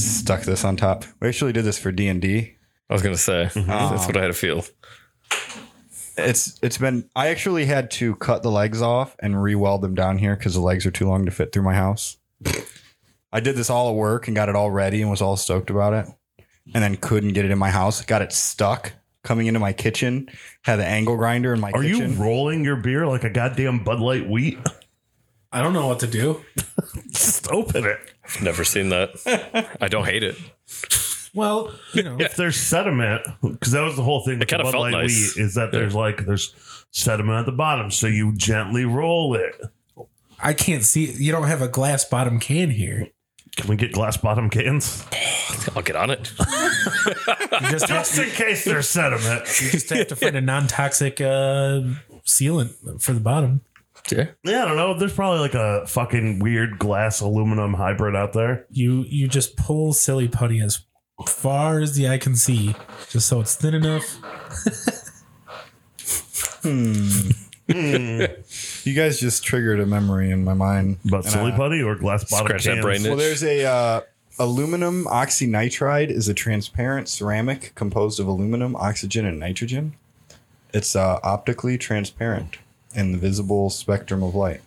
stuck this on top. We actually did this for D and D. I was gonna say that's what I had to feel. It's it's been. I actually had to cut the legs off and re-weld them down here because the legs are too long to fit through my house. I did this all at work and got it all ready and was all stoked about it, and then couldn't get it in my house. Got it stuck coming into my kitchen. Had the angle grinder in my Are you kitchen. rolling your beer like a goddamn Bud Light wheat? I don't know what to do. Just open it. Never seen that. I don't hate it. Well, you know, If there's sediment, because that was the whole thing. with the kinda Bud felt Light nice. Wheat is that there's like there's sediment at the bottom, so you gently roll it. I can't see. You don't have a glass bottom can here. Can we get glass bottom cans I'll get on it. You just have, just in case there's sediment? you just have to find a non toxic uh, sealant for the bottom. Yeah. Yeah, I don't know. There's probably like a fucking weird glass aluminum hybrid out there. You you just pull silly putty as far as the eye can see, just so it's thin enough. You guys just triggered a memory in my mind. But And silly I- putty or glass bottom Scratch that cans. brain Well, there's a uh, aluminum oxynitride is a transparent ceramic composed of aluminum, oxygen, and nitrogen. It's uh, optically transparent in the visible spectrum of light.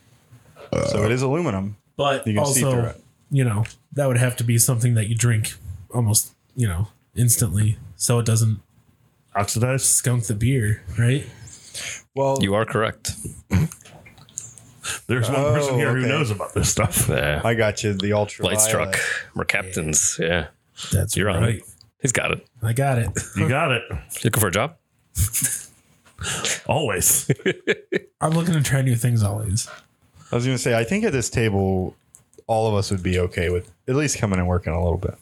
so it is aluminum. But You can see through also, it. you know, that would have to be something that you drink almost, you know, instantly, so it doesn't Oxidized. skunk the beer, right? Well, You are correct. There's one Oh, person here who okay. knows about this stuff. Yeah. I uh, got you the ultra Light struck. We're captains. Yeah. That's You're on right. it. He's got it. I got it. You got it. You looking for a job? Always. I'm looking to try new things always. I was going to say, I think at this table, all of us would be okay with at least coming and working a little bit.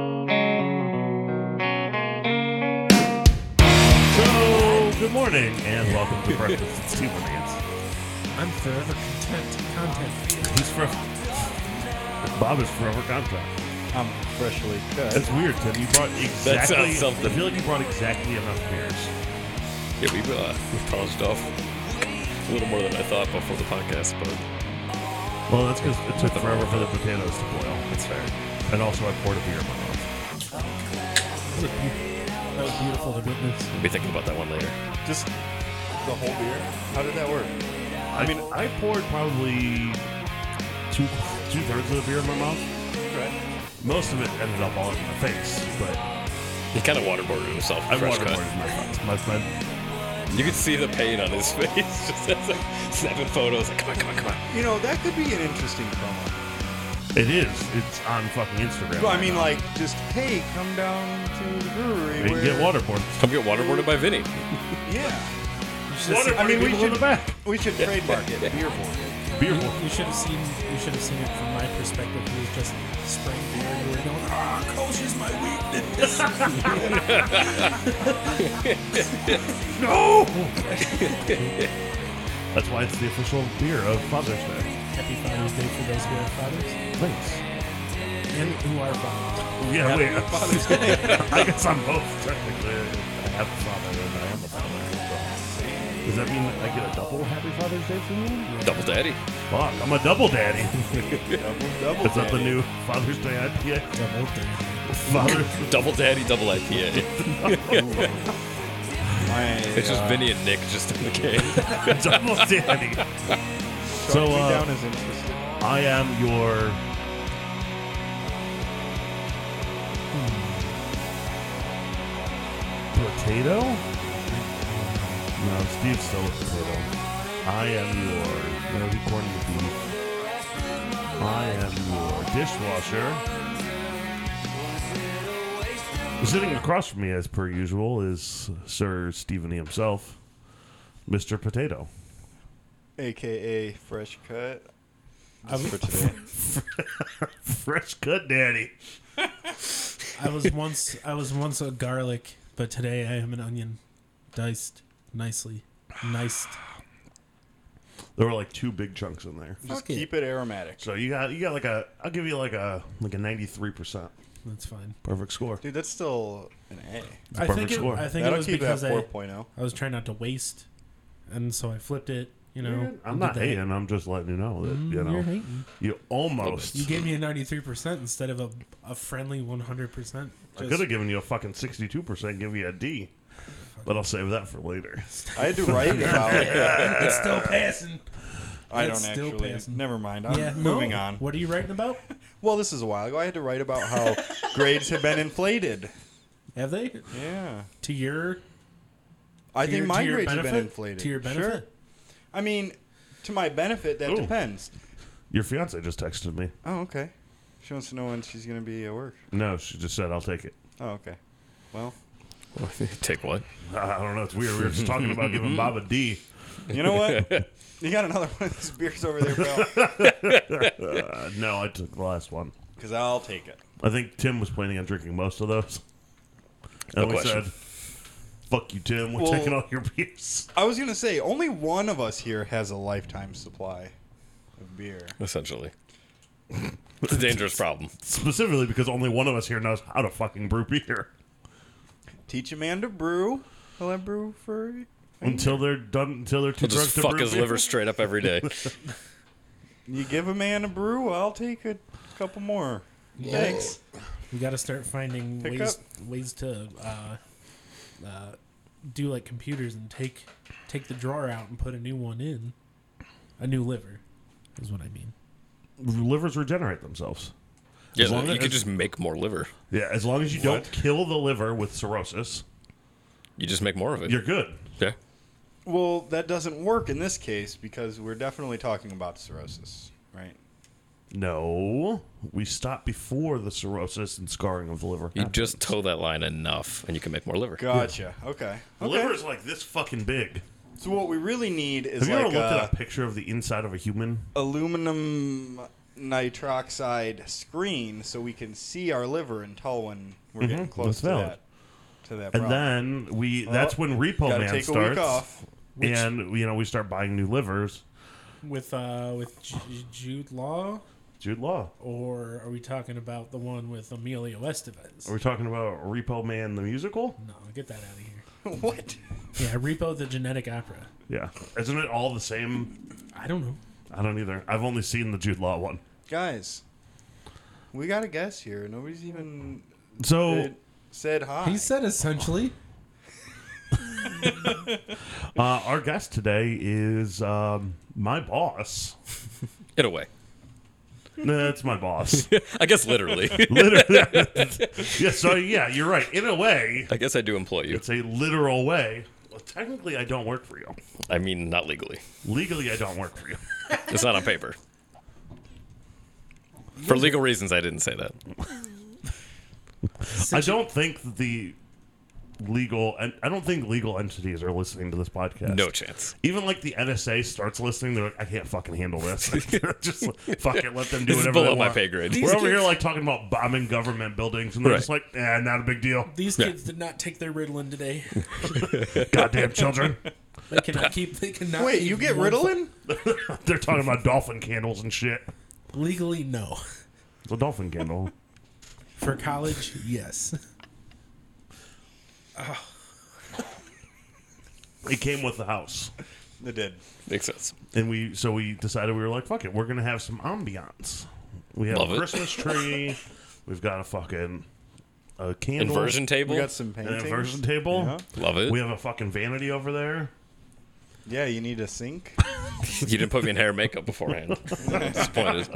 So, Oh, good morning and welcome to Breakfast with Steve Williams. I'm forever content. Content. He's forever. Bob is forever contract. I'm freshly cut. That's weird, Tim. You brought exactly. sounds something. I feel like you brought exactly enough beers. Yeah, we uh, we polished off a little more than I thought before the podcast, but Well, that's because it took forever for the potatoes to boil. that's fair. And also, I poured a beer in my mouth. That was beautiful to witness. We'll be thinking about that one later. Just the whole beer? How did that work? I mean, I poured probably two two thirds of the beer in my mouth. Most of it ended up all over my face, but He kind of waterboarded himself. I fresh waterboarded cut. my face. My friend You could see the pain on his face. Just as like snapping photos. Like, come on, come on, come on. You know, that could be an interesting promo. It is. It's on fucking Instagram. Well, I mean, like, just hey, come down to the brewery. you can where, get waterboard. Come get waterboarded by Vinny. Yeah, Waterboard. I mean, we people in should- the back. we should trademark it. Beer for Beer. You, you should have seen. You should have seen it from my perspective. He was just spraying beer. You were going, ah, coach is my weakness. No. That's why it's the official beer of Father's Day. Happy Father's Day for those who are fathers Thanks. and who are fathers. Yeah, wait. I guess I'm both technically. I have a father and I am a father. So. Does that mean I get a double Happy Father's Day from you? Double daddy. Fuck, I'm a double daddy. double. Is that the new Father's Day IPA? Double damn. Father. Double daddy, double IPA. It's just Vinny and Nick just in the game. double daddy. So So, uh, down is interesting. I am your. hmm, Potato? No, Steve's still a potato. I am your. No, he corned the beef. I am your dishwasher. Sitting across from me, as per usual, is Sir Stephen himself, Mr. Potato. AKA fresh cut. I'm- Just for today. Fresh cut daddy. I was once. I was once a garlic, but today I am an onion, diced nicely. Niced. There were like two big chunks in there. Just it. keep it aromatic, So you got you got like a I'll give you like a like a ninety three percent That's fine. perfect score. dude. That's still an A. I perfect think. It, score. I think it That'll was keep it at because I. 4.0. I was trying not to waste, and so I flipped it You know, I'm did not that. hating. I'm just letting you know that Mm, you You're know hating. you almost. You gave me a 93% instead of a, a friendly 100%. I could have given you a fucking 62 percent, give you a D, but I'll save that for later. I had to write about. it's still passing. I It's don't still actually. passing. Never mind. I'm Yeah, moving no. on. What are you writing about? Well, this is a while ago. I had to write about how grades have been inflated. Have they? Yeah. To your, to I your, think to my your grades benefit? have been inflated. To your benefit? Sure. I mean, to my benefit, that Ooh. depends. Your fiance just texted me. Oh, okay. She wants to know when she's going to be at work. No, she just said I'll take it. Oh, okay. Well, Take what? I don't know. It's weird. We were just talking about giving Bob a D. you know what? you got another one of these beers over there, pal. Uh, no, I took the last one. Because I'll take it. I think Tim was planning on drinking most of those. No And we question. said, "Fuck you, Tim. We're Well- taking all your beers." I was going to say, only one of us here has a lifetime supply of beer. Essentially, it's a dangerous problem. Specifically because only one of us here knows how to fucking brew beer. Teach a man to brew. He'll have brew for. Until they're done, until they're too He'll drunk just to fuck brew his beer. liver straight up every day. You give a man a brew, I'll take a couple more. Thanks. We got to start finding Pick ways ways to uh, uh, do like computers and take take the drawer out and put a new one in, a new liver, is what I mean. Livers regenerate themselves. Yeah, long you as- could just make more liver. Yeah, as long as you don't kill the liver with cirrhosis, You just make more of it. you're good. yeah. Well, that doesn't work in this case because we're definitely talking about cirrhosis, right? No, we stop before the cirrhosis and scarring of the liver. You just toe that line enough, and you can make more liver. Gotcha. Okay. the okay. liver's like this fucking big. So what we really need is Have you like ever looked a uh, at a picture of the inside of a human? aluminum nitroxide screen so we can see our liver until when we're getting close Mm-hmm. that's to valid. that to that And problem. then we—that's when Repo gotta Man take a starts. week off. and you know we start buying new livers. With uh, with J- Jude Law, Jude Law. or are we talking about the one with Emilio Estevez? Are we talking about Repo Man the musical? no, get that out of here. what? Yeah, Repo the Genetic Opera. Yeah. Isn't it all the same? I don't know. I don't either. I've only seen the Jude Law one. Guys, we got a guess here. Nobody's even So said hi. He said essentially. uh, our guest today is um, my boss. In a way, That's my boss. I guess literally. Literally. yeah. So yeah, you're right. In a way, I guess I do employ you. it's a literal way. Well, technically, I don't work for you. I mean, not legally. Legally, I don't work for you. It's not on paper. For legal reasons, I didn't say that. I don't think that the legal and I don't think legal entities are listening to this podcast. No chance. Even like the NSA starts listening, they're like, I can't fucking handle this. just fuck it, let them do This is whatever below they my want. pay grade. We're over here like talking about bombing government buildings, and they're Right. just like, eh, not a big deal. These Yeah. kids did not take their Ritalin today. Goddamn children. They cannot keep. They cannot. Wait, keep you get one- Ritalin? they're talking about dolphin candles and shit. Legally, no. It's a dolphin candle. For college, yes. It came with the house, They did. Makes sense. and we so we decided we were like, fuck it, we're gonna have some ambiance. We have Love a it. Christmas tree. We've got a fucking a candle. Inversion table. We got some An paintings. inversion table. Yeah. Love it. We have a fucking vanity over there. Yeah, you need a sink. you didn't put me in hair and makeup beforehand. I'm disappointed.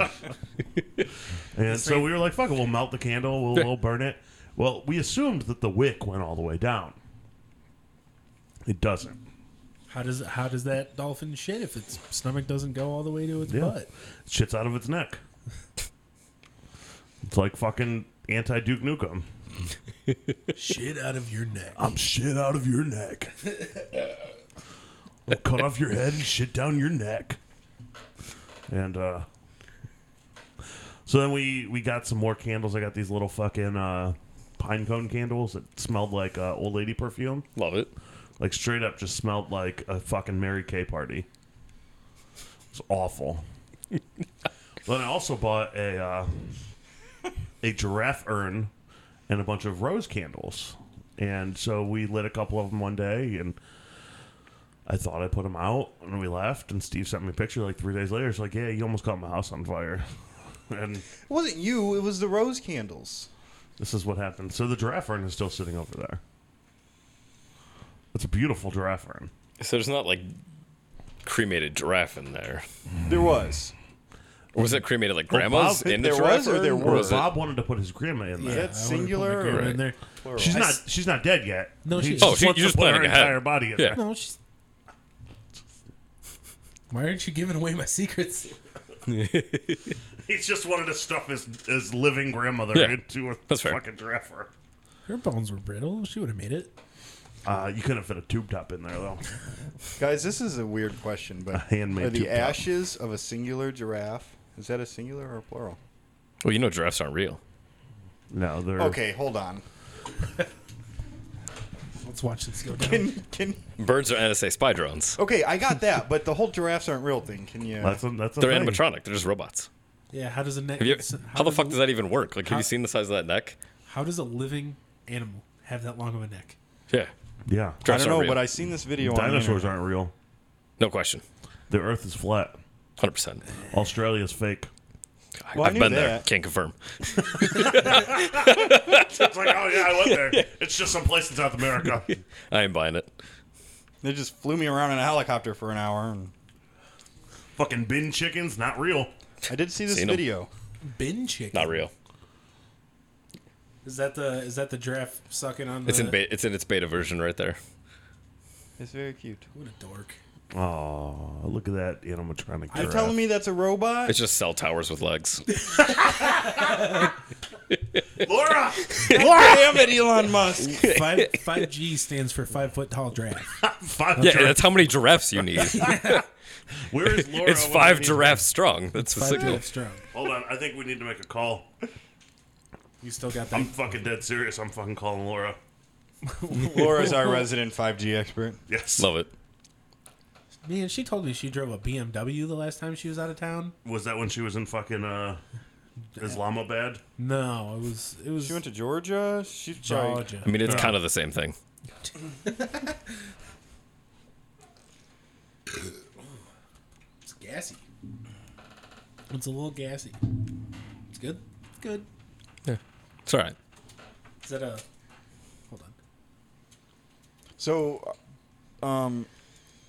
And so we were like, fuck it, we'll melt the candle, we'll, we'll burn it. Well, we assumed that the wick went all the way down. It doesn't. How does how does that dolphin shit if its stomach doesn't go all the way to its Yeah. butt? Shit's out of its neck. It's like fucking anti Duke Nukem. Shit out of your neck. Oh, I'm shit out of your neck. I'll cut off your head and shit down your neck. And uh so then we we got some more candles. I got these little fucking uh pine cone candles that smelled like uh, old lady perfume. Love it. Like straight up just smelled like a fucking Mary Kay party. It's awful. then I also bought a uh, a giraffe urn and a bunch of rose candles. And so we lit a couple of them one day and I thought I put them out, and we left. And Steve sent me a picture like three days later. It's like, yeah, you almost caught my house on fire. and It wasn't you. It was the rose candles. this is what happened. So the giraffe urn is still sitting over there. It's a beautiful giraffe urn. So there's not like cremated giraffe in there. Hmm. There was. Or was that cremated like grandma's Bob, in the there giraffe was or urn? there or was it- Bob wanted to put his grandma in there. that I wanna put my singular grandma or- in there. She's I not. s- She's not dead yet. No, she He is. just Oh, she- wants you're to just put her planning ahead. entire body in Yeah. there. No, she's. Why aren't you giving away my secrets? He just wanted to stuff his his living grandmother Yeah. into a That's fair. fucking giraffe urn. Her bones were brittle. She would have made it. Uh, you couldn't fit a tube top in there though. Guys, this is a weird question, but handmade are tube the top. ashes of a singular giraffe? Is that a singular or a plural? Well, you know giraffes aren't real. No, they're Okay, hold on. Let's watch this go down. Can can Birds are NSA spy drones. okay? I got that, but the whole giraffes aren't real thing. Can you? That's a, that's a They're thing. animatronic. They're just robots. yeah, how does a neck? Have you, s- how the fuck a- does that even work? Like, have how- you seen the size of that neck? How does a living animal have that long of a neck? Yeah. Yeah, I Giraffes don't aren't know, real. but I seen this video. dinosaurs on aren't real. No question. The Earth is flat. 100%. Australia's fake. I- Well, I I've knew been there. that. Can't confirm. It's like, oh yeah, I went there. It's just some place in South America. I ain't buying it. They just flew me around in a helicopter for an hour, and Fucking bin chickens, not real. I did see this Seen 'em. video. Bin chicken. Not real. Is that the is that the giraffe sucking on? The, Uh. It's in beta, it's in its beta version right there. It's very cute. What a dork. Oh, look at that animatronic. You're giraffe. telling me that's a robot? It's just cell towers with legs. Laura. Damn it, Elon Musk! Five five G stands for five foot tall giraffe. Five Yeah, giraffes. that's how many giraffes you need. Where is Laura? it's when five I need- giraffes strong. That's the Five signal. foot strong. Hold on, I think we need to make a call. You still got that? I'm fucking dead serious. I'm fucking calling Laura. Laura's our resident 5G expert. Yes. Love it. Man, she told me she drove a BMW the last time she was out of town. Was that when she was in fucking uh, Islamabad? No, it was it was She went to Georgia. She's probably- Georgia. I mean, it's kind of the same thing. It's gassy. It's a little gassy. It's good. It's good. It's all right. Is that a? Hold on. So, um,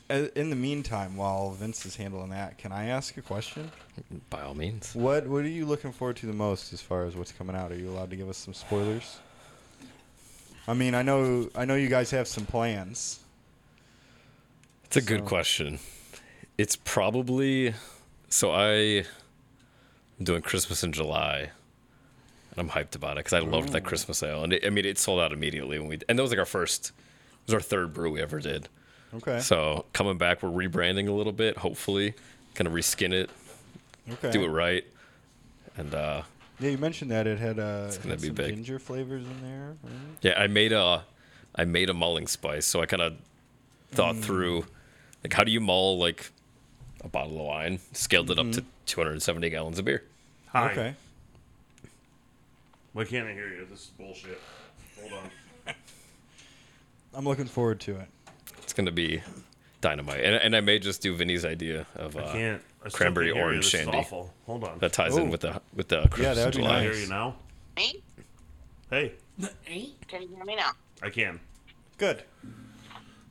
a- in the meantime, while Vince is handling that, can I ask a question? By all means. What What are you looking forward to the most as far as what's coming out? Are you allowed to give us some spoilers? I mean, I know I know you guys have some plans. It's a good question. It's probably so I am doing Christmas in July. And I'm hyped about it because I loved Mm. that Christmas ale, and it, I mean, it sold out immediately when we. And that was like our first, it was our third brew we ever did. Okay. So coming back, we're rebranding a little bit. Hopefully, kind of reskin it, okay. do it right, and uh, Yeah, you mentioned that it had uh, gonna had be some big. ginger flavors in there. Right? Yeah, I made a I made a mulling spice, so I kind of Mm. thought through like how do you mull like a bottle of wine, scaled it up Mm-hmm. to 270 gallons of beer. Hi. Okay. Why can't I hear you? This is bullshit. Hold on. I'm looking forward to it. It's going to be dynamite. And, and I may just do Vinny's idea of I uh, can't. I still cranberry can't hear you. orange This is shandy. Awful. Hold on. that ties Ooh. in with the with the Christmas that'd in be July. I nice. hear you now. Me? Hey, Can you hear me now? I can. Good.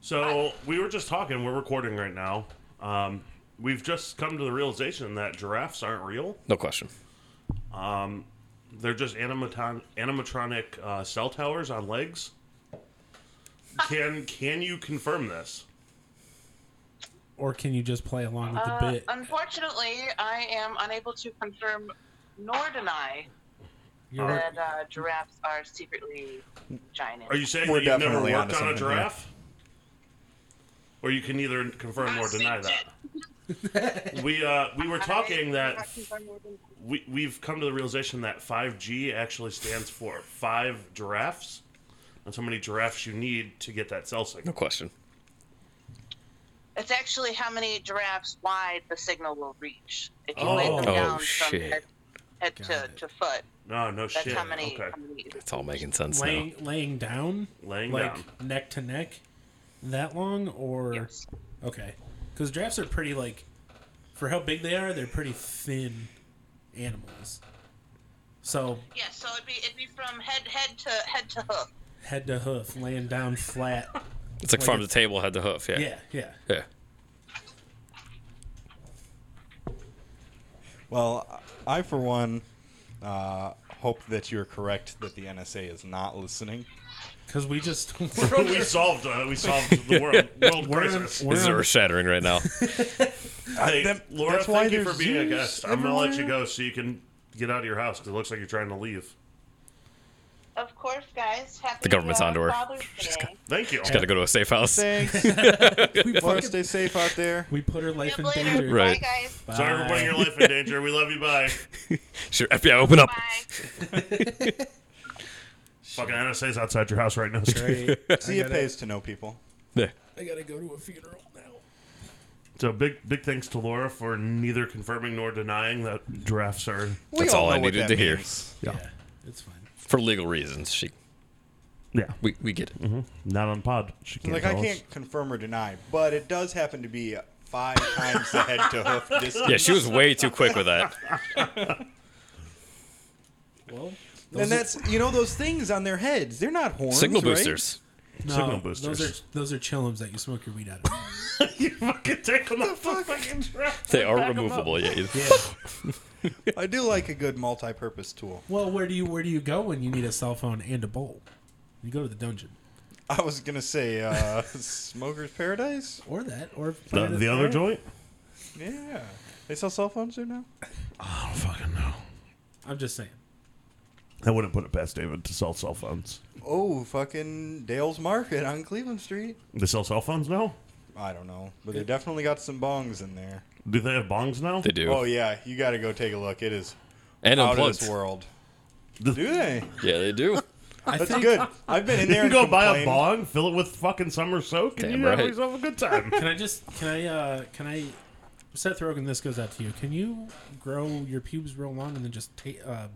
So we were just talking. We're recording right now. Um, we've just come to the realization that giraffes aren't real. No question. They're just animatron- animatronic uh, cell towers on legs. Can can you confirm this? Or can you just play along with the Uh, bit? unfortunately, I am unable to confirm nor deny You're that uh, giraffes are secretly giant. Are you saying We're that you've never definitely worked onto on a something here. giraffe? Or you can either confirm or deny that. we uh, we were talking that we, we've come to the realization that 5G actually stands for five giraffes. That's how many giraffes you need to get that cell No signal. question. It's actually how many giraffes wide the signal will reach. If you Oh. lay them Oh, down from shit. head, head to, it. to foot, Ah, No, no that's shit. how many. okay. How many It's all making sense now. laying laying down, Laying like down. neck to neck, that long, or Yes. Okay. Because giraffes are pretty like, for how big they are, they're pretty thin animals. So Yeah, so it'd be it'd be from head head to head to hoof. head to hoof, laying down flat. It's like, Like farm to it's- table, head to hoof. Yeah. Yeah, yeah. Yeah. Well, I, for one, uh, hope that you're correct that the NSA is not listening. Because we just we solved. Uh, we solved the world, world We're in- crisis. we're This is in- earth shattering right now. Hey, that- Laura, that's why thank you there's for being a zoos guest. I'm gonna let you everywhere. go so you can get out of your house because it looks like you're trying to leave. Of course, guys. Happy The government's uh, onto her. Father's She's Day. Thank you. Got to go to a safe house. Thanks. we, Laura, fucking, stay safe out there. we put her life in See you danger. later. Right. Bye, guys. Bye. Sorry for putting your life in danger. We love you. Bye. Sure, FBI, open up. Bye. Fucking NSA's outside your house right now. Right. See, it pays to know people. Yeah. I gotta go to a funeral now. So big, big thanks to Laura for neither confirming nor denying that giraffes are. We That's all I know what needed that to hear. means. Yeah, it's fine. For legal reasons, she Yeah, we, we get it. not on pod. She can't Like, I tell us. can't confirm or deny, but it does happen to be five times the head to hoof distance. Yeah, she was way too quick with that. Well, And that's, you know, those things on their heads. They're not horns. Signal right? boosters. no, signal Those boosters. are those are chillums that you smoke your weed out of. You fucking take them off the fucking giraffe. They are Back 'em up. removable. Yeah. you- Yeah. I do like a good multi purpose tool. well, where do you where do you go when you need a cell phone and a bowl? You go to the dungeon, I was going to say uh, Smoker's Paradise? or that, or The, the other joint. Yeah. They sell cell phones there now? I don't fucking know. I'm just saying. I wouldn't put it past David to sell cell phones. Oh, fucking Dale's Market on Cleveland Street. They sell cell phones now. I don't know, but they definitely got some bongs in there. Do they have bongs now? They do. Oh yeah, you got to go take a look. It is and out of this unplugged. world. The- Do they? Yeah, they do. I That's think good. I've been in You there. can and go buy complained. a bong, fill it with fucking summer soak, and Damn you right. have yourself a good time. Can I just can I uh can I Seth Rogen? This goes out to you. Can you grow your pubes real long and then just ta- uh,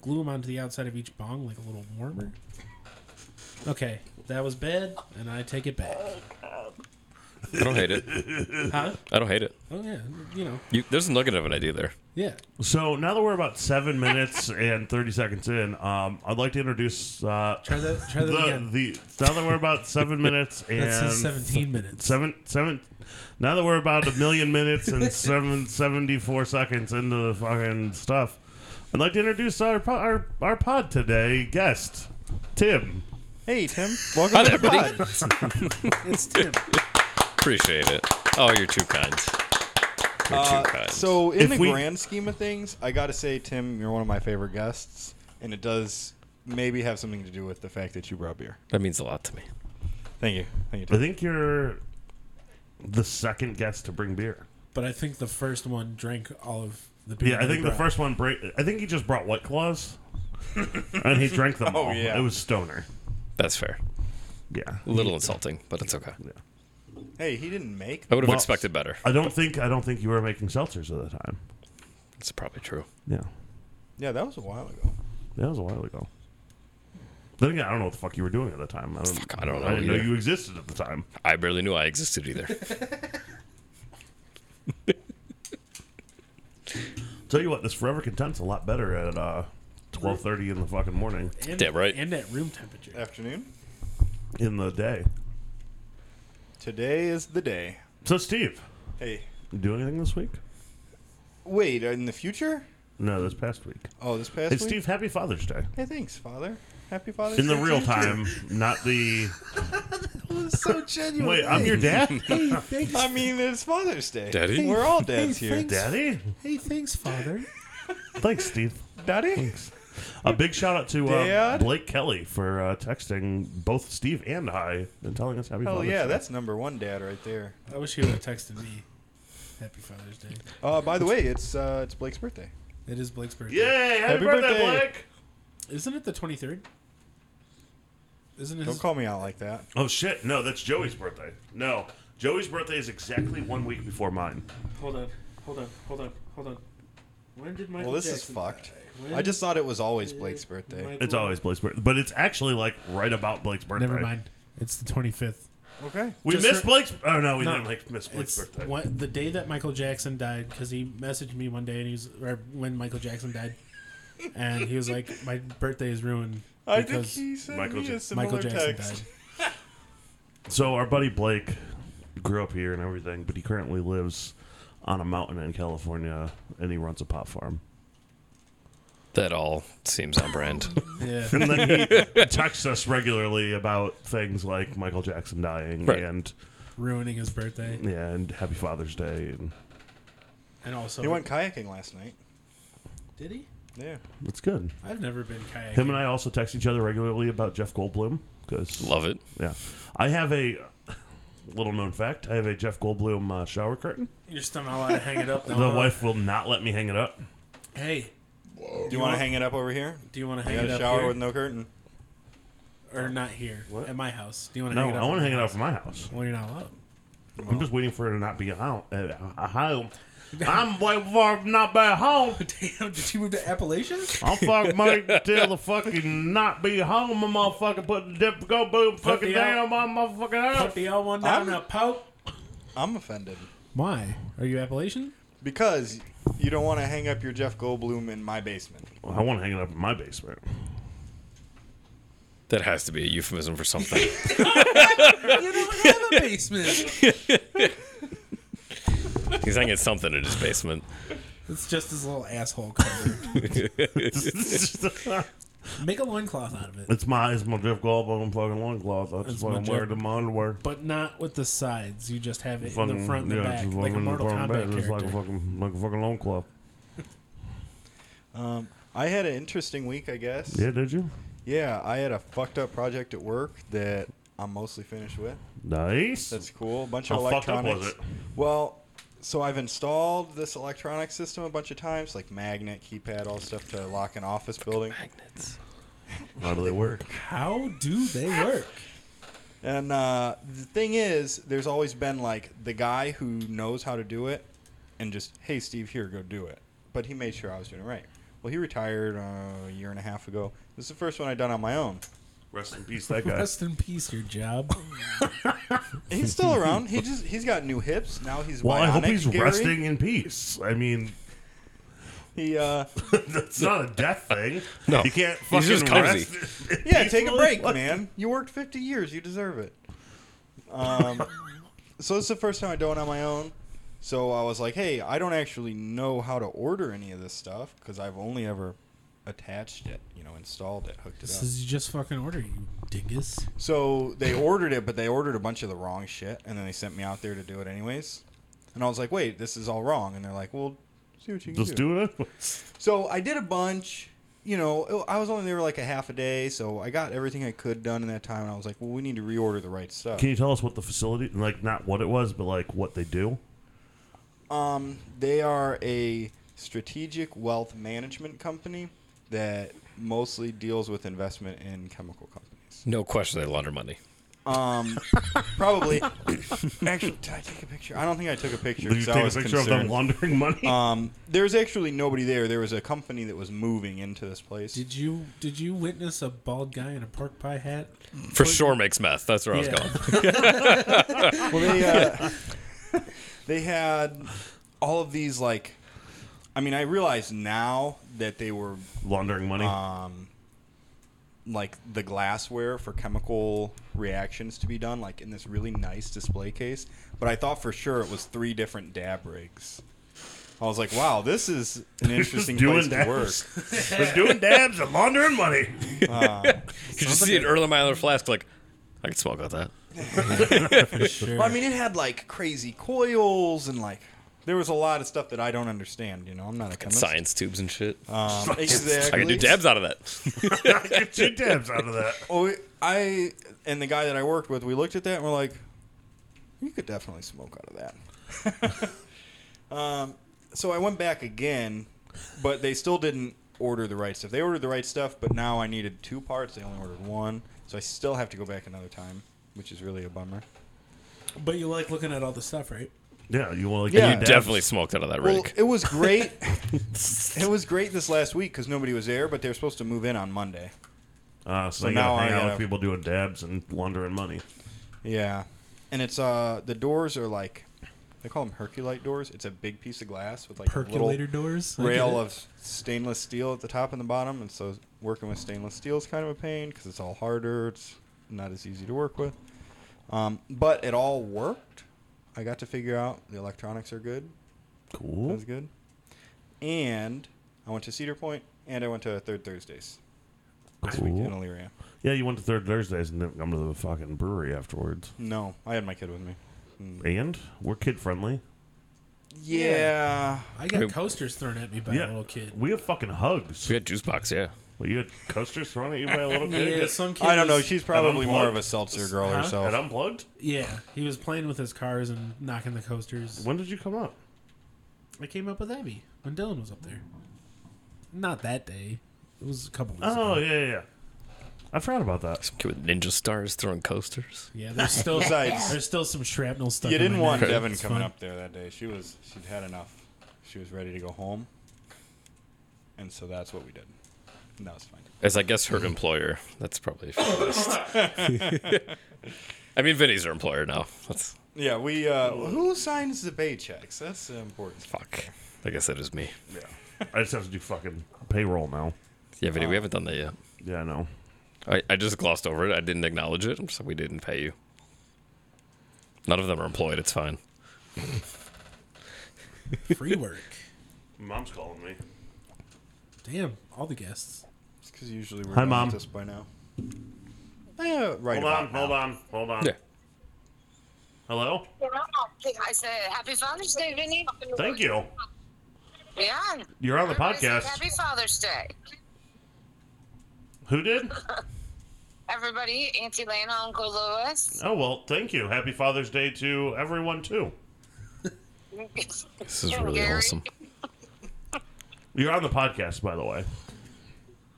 glue them onto the outside of each bong like a little warmer? Okay, that was bad, and I take it back. I don't hate it. Huh? I don't hate it. Oh yeah, you know, You, there's a nugget of an idea there. yeah. So now that we're about seven minutes and thirty seconds in, um, I'd like to introduce uh, Try that. Try that the, again. the now that we're about seven minutes and That says 17 minutes. seven seven. Now that we're about a million minutes and seven seventy four seconds into the fucking stuff, I'd like to introduce our po- our our pod today guest, Tim. Hey Tim, welcome to the everybody. pod. It's Tim. Appreciate it. Oh, you're too kind. You're Uh, too kind. Uh, So in If the we- grand scheme of things, I got to say, Tim, you're one of my favorite guests, and it does maybe have something to do with the fact that you brought beer. that means a lot to me. Thank you. Thank you. I Tim. think you're the second guest to bring beer. But I think the first one drank all of the beer. Yeah, I that he think the brought. first one. Bra- I think he just brought White Claws, and he drank them Oh, all. yeah. It was stoner. That's fair. Yeah. A little insulting, but it's okay. Hey, he didn't make. I would have Well- expected better. I don't think I don't think you were making seltzers at the time. It's probably true. Yeah, Yeah, that was a while ago. that was a while ago. Then again, I don't know what the fuck you were doing at the time. I don't, Fuck, I don't know I didn't either. know you existed at the time. I barely knew I existed either. Tell you what, this Forever Content's a lot better at uh, twelve thirty in the fucking morning And, Yeah, right. And at room temperature. Afternoon. in the day. Today is the day. So Steve, Hey, you do anything this week? wait. In the future? No, this past week. Oh, this past Hey week. Steve, happy Father's Day. Hey, thanks, Father. Happy Father's In the Day real to you, time, not the too. It was so genuine. wait. I'm your dad, Hey, thanks. I mean, it's Father's Day. Daddy? We're all dads Hey, here. thanks. Daddy. Hey, thanks, Father. Thanks, Steve. Daddy? A big shout out to uh, Dad? Blake Kelly for uh, texting both Steve and I and telling us happy. Hell Father's yeah, Day. that's number one dad right there. I wish he would have texted me. Happy Father's Day. Uh, by the way, it's uh, it's Blake's birthday. It is Blake's birthday. Yay! Happy, Happy birthday, birthday. Blake! Isn't it the 23rd? Isn't it? Don't His, call me out like that. Oh shit! No, that's Joey's birthday. No, Joey's birthday is exactly one week before mine. hold on. Hold on. Hold on. Hold on. When did Michael Well, this is Jackson fucked. die? When I just thought it was always did Blake's birthday. Michael- It's always Blake's birthday, but it's actually like right about Blake's birthday. Never mind. It's the 25th. Okay. We Just missed re- Blake's. Oh no, we No, didn't like miss Blake's It's birthday. what, the day that Michael Jackson died because he messaged me one day and he was or when Michael Jackson died, and he was like, "My birthday is ruined I think because he sent Michael me Ja- a similar Michael Jackson text. died." So our buddy Blake grew up here and everything, but he currently lives on a mountain in California and he runs a pot farm. That all seems on brand. Yeah, And then he texts us regularly about things like Michael Jackson dying Right. and ruining his birthday, yeah, and Happy Father's Day and and also He went kayaking last night. did he? Yeah. it's good. I've never been kayaking. Him and I also text each other regularly about Jeff Goldblum because Love it. yeah, I have a little known fact. I have a Jeff Goldblum uh, shower curtain. You're still not allowed to hang it up. The wife will not let me hang it up. Hey, Do you want to hang it up over here? do you want to I got hang it a up shower here? with no curtain. or not here at my house? Do you want to No, hang it up? I want at to hang my it house? up in my house. Well, you're not allowed. I'm just waiting for her to not be at home. uh, uh, home. I'm waiting for her to not be at home. Damn, did she move to Appalachian? I'm fucking waiting till the fucking not be home. I'm motherfucking put the dip go boom fucking the down L- on my motherfucking Put house. the L one down I'm- and a poke. I'm offended Why? Are you Appalachian? because you don't want to hang up your Jeff Goldblum in my basement. I want to hang it up in my basement. That has to be a euphemism for something. You don't have a basement. He's hanging something in his basement. it's just his little asshole cover. it's Make a loincloth out of it, my it's my Jeff Goldblum fucking loincloth. That's It's why my I'm Jeff- wearing them underwear. but not with the sides. You just have it in the Fucking- front and the yeah, back, just like a fucking Mortal front and Kombat back. It's character. like a fucking like a fucking loincloth. Um, I had an interesting week, I guess. Yeah, did you? Yeah, I had a fucked up project at work that I'm mostly finished with. Nice. That's cool. A bunch How of fucked up was electronics. it? Well, so I've installed this electronic system a bunch of times, like magnet, keypad, all stuff to lock an office building. How do they work? How do they work? And uh, the thing is, there's always been like the guy who knows how to do it, and just hey, Steve, here, go do it. But he made sure I was doing it right. Well, he retired uh, a year and a half ago. This is the first one I done on my own. Rest in peace, that guy. Rest in peace, your job. And He's still around. He just he's got new hips now. He's Well, I hope bionic, he's Gary. resting in peace. I mean, He uh, that's not a death thing. No. you can't fucking He's just cozy. rest in yeah, peace take a for break, what? man. You worked 50 years. You deserve it. Um, so this is the first time I do it on my own. So I was like, hey, I don't actually know how to order any of this stuff because I've only ever attached it, you know, installed it, hooked it This up. is just fucking order, you dingus. So they ordered it, but they ordered a bunch of the wrong shit, and then they sent me out there to do it anyways. And I was like, wait, this is all wrong. And they're like, well, see what you can Just do it. So I did a bunch. You know, I was only there like a half a day, so I got everything I could done in that time. And I was like, well, we need to reorder the right stuff. Can you tell us what the facility, like not what it was, but like what they do? Um, they are a strategic wealth management company that mostly deals with investment in chemical companies. No question they launder money. Um, probably. Actually, did I take a picture? I don't think I took a picture. Did you 'cause I take a was picture of them concerned. laundering money? Um, there's actually nobody there. There was a company that was moving into this place. Did you did you witness a bald guy in a pork pie hat? For sure makes meth. That's where I was Yeah. going. Well, they uh, they had all of these like, I mean, I realize now that they were laundering money. um, like the glassware for chemical reactions to be done, like in this really nice display case. But I thought for sure it was three different dab rigs. I was like, wow, this is an interesting place doing to work. dabs. They're doing dabs and laundering money. You just see an Erlenmeyer flask like, I can smell about that. Sure. Well, I mean, it had like crazy coils and like. There was a lot of stuff that I don't understand. You know, I'm not a chemist. Science tubes and shit. Um, exactly. I can do dabs out of that. Get two dabs out of that. Oh, we- I and the guy that I worked with, we looked at that and we're like, you could definitely smoke out of that. um, so I went back again, but they still didn't order the right stuff. They ordered the right stuff, but now I needed two parts. They only ordered one, so I still have to go back another time, which is really a bummer. but you like looking at all the stuff, right? Yeah, you want to Yeah. get dabs. Definitely smoked out of that Well, rig. it was great. it was great this last week because nobody was there, but they were supposed to move in on Monday. Uh, so, So now now gotta hang I uh, out gotta- with people doing dabs and laundering money. Yeah. and it's uh the doors are like they call them Herculite doors. It's a big piece of glass with like a Percolator little doors. I get rail it. of stainless steel at the top and the bottom, and so working with stainless steel is kind of a pain because it's all harder. It's not as easy to work with. Um, but it all worked. I got to figure out the electronics are good. That Cool. was good. And I went to Cedar Point, and I went to Third Thursdays this week in Cool. Elyria. Yeah, you went to Third Thursdays and didn't come to the fucking brewery afterwards. No, I had my kid with me. Mm. And we're kid friendly. Yeah. I got Wait. coasters thrown at me by a little kid. We have fucking hugs. We had juice box, yeah. Well, you had coasters thrown at you by a little kid Yeah, some kid I don't know. was- She's probably more of a unplugged. seltzer girl Huh? herself. and unplugged. Yeah, he was playing with his cars and knocking the coasters. When did you come up? I came up with Abby when Dylan was up there. Not that day. It was a couple weeks Oh ago. yeah, yeah. yeah. I forgot about that. Some kid with ninja stars throwing coasters. Yeah, there's still Besides- there's still some shrapnel stuff. You in didn't my want neck. Devin It's coming fine. up there that day. She was she'd had enough. She was ready to go home. And so that's what we did. And that was fine. As I guess her employer. That's probably for the best. I mean, Vinny's her employer now. That's Yeah, we uh who signs the paychecks? That's the important. fuck. I guess that is me. I just have to do fucking payroll now. Yeah, Vinny, we haven't done that yet. Yeah, I know. I, I just glossed over it. I didn't acknowledge it. I'm just like, we didn't pay you. None of them are employed. It's fine. Free work. Mom's calling me. Damn, all the guests. It's because usually we're Hi, done with Mom. this by now. Eh, right Hold on, about hold now. on, hold on. Yeah. Hello. I said, Happy Father's Day, Vinny. Thank you. Yeah. You're on the Everybody said podcast. Happy Father's Day. Who did? Everybody, Auntie Lana, Uncle Louis. Oh well, thank you. Happy Father's Day to everyone too. This is really Gary. awesome. You're on the podcast, by the way.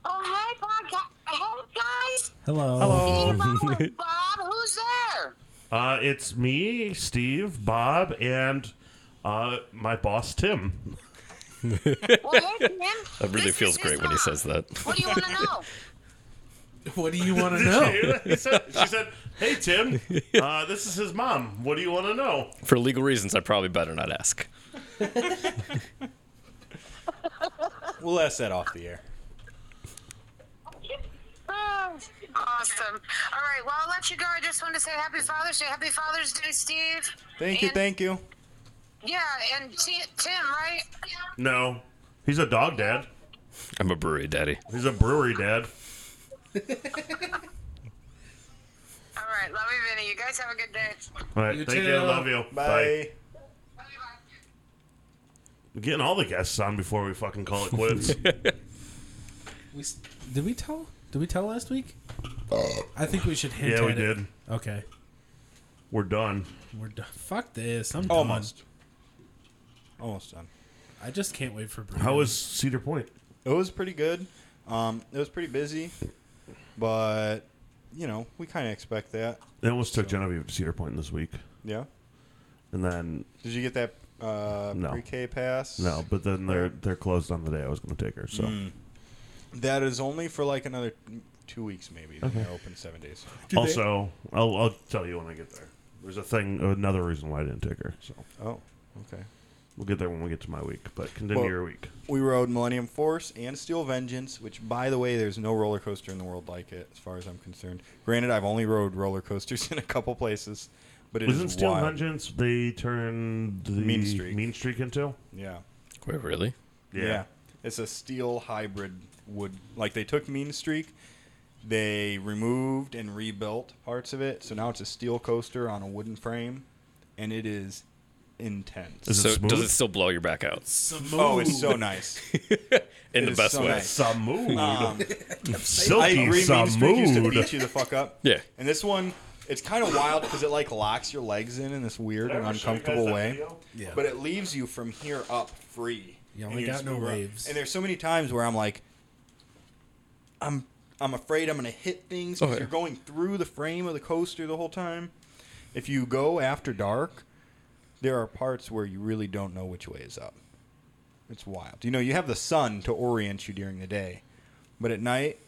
Oh, hey, podcast. Hey, guys. Hello. Oh. Bob, Bob, who's there? Uh, it's me, Steve, Bob, and uh, my boss Tim. Well, hey, Tim. That really This is feels his great when he mom. says that. What do you want to know? What do you want to know? He said, she said, "Hey Tim, uh, this is his mom. What do you want to know?" For legal reasons, I probably better not ask. We'll ask that off the air. Oh, awesome. All right. Well, I'll let you go. I just wanted to say Happy Father's Day. Happy Father's Day, Steve. Thank you, And- thank you. Yeah, and T- Tim, right? No, he's a dog dad. I'm a brewery daddy. He's a brewery dad. All right. Love you, Vinny. You guys have a good day. All right, You thank too. you. Love you. Bye. We're getting all the guests on before we fucking call it quits. We s- did we tell? Did we tell last week? I think we should hint yeah, at we it. did. Okay, We're done. we're done. Fuck this. I'm done. Almost. Almost done. I just can't wait for. Bruno. How was Cedar Point? It was pretty good. Um, it was pretty busy, but you know we kind of expect that. They almost took Genevieve to Cedar Point this week, Yeah. and then Did you get that uh, No. pre-K pass? no, but then they're they're closed on the day I was going to take her. So Mm. That is only for like another two weeks, maybe. Then They're open seven days. also, I'll I'll tell you when I get there. There's a thing, another reason why I didn't take her. So Oh, okay. we'll get there when we get to my week. But continue Well- your week. We rode Millennium Force and Steel Vengeance, which, by the way, there's no roller coaster in the world like it, as far as I'm concerned. Granted, I've only rode roller coasters in a couple places, but it is Wasn't Steel wild. Vengeance they turned the Mean Streak. Mean Streak into? Yeah. Wait, really? Yeah. It's a steel hybrid wood. Like they took Mean Streak, they removed and rebuilt parts of it. So now it's a steel coaster on a wooden frame, and it is intense. Is it so does smooth? it still blow your back out oh, it's so nice. in It the is best so way? nice. Samood. Um, I Silky agree. Mean Streak used to Samood. beat you the fuck up. Yeah. And this one, it's kind of wild because it like locks your legs in in this weird and uncomfortable way. Yeah. But it leaves you from here up free. You And only got just no move around. waves. And there's so many times where I'm like, I'm I'm afraid I'm gonna hit things because Okay. you're going through the frame of the coaster the whole time. If you go after dark, there are parts where you really don't know which way is up. It's wild. You know, you have the sun to orient you during the day, but at night,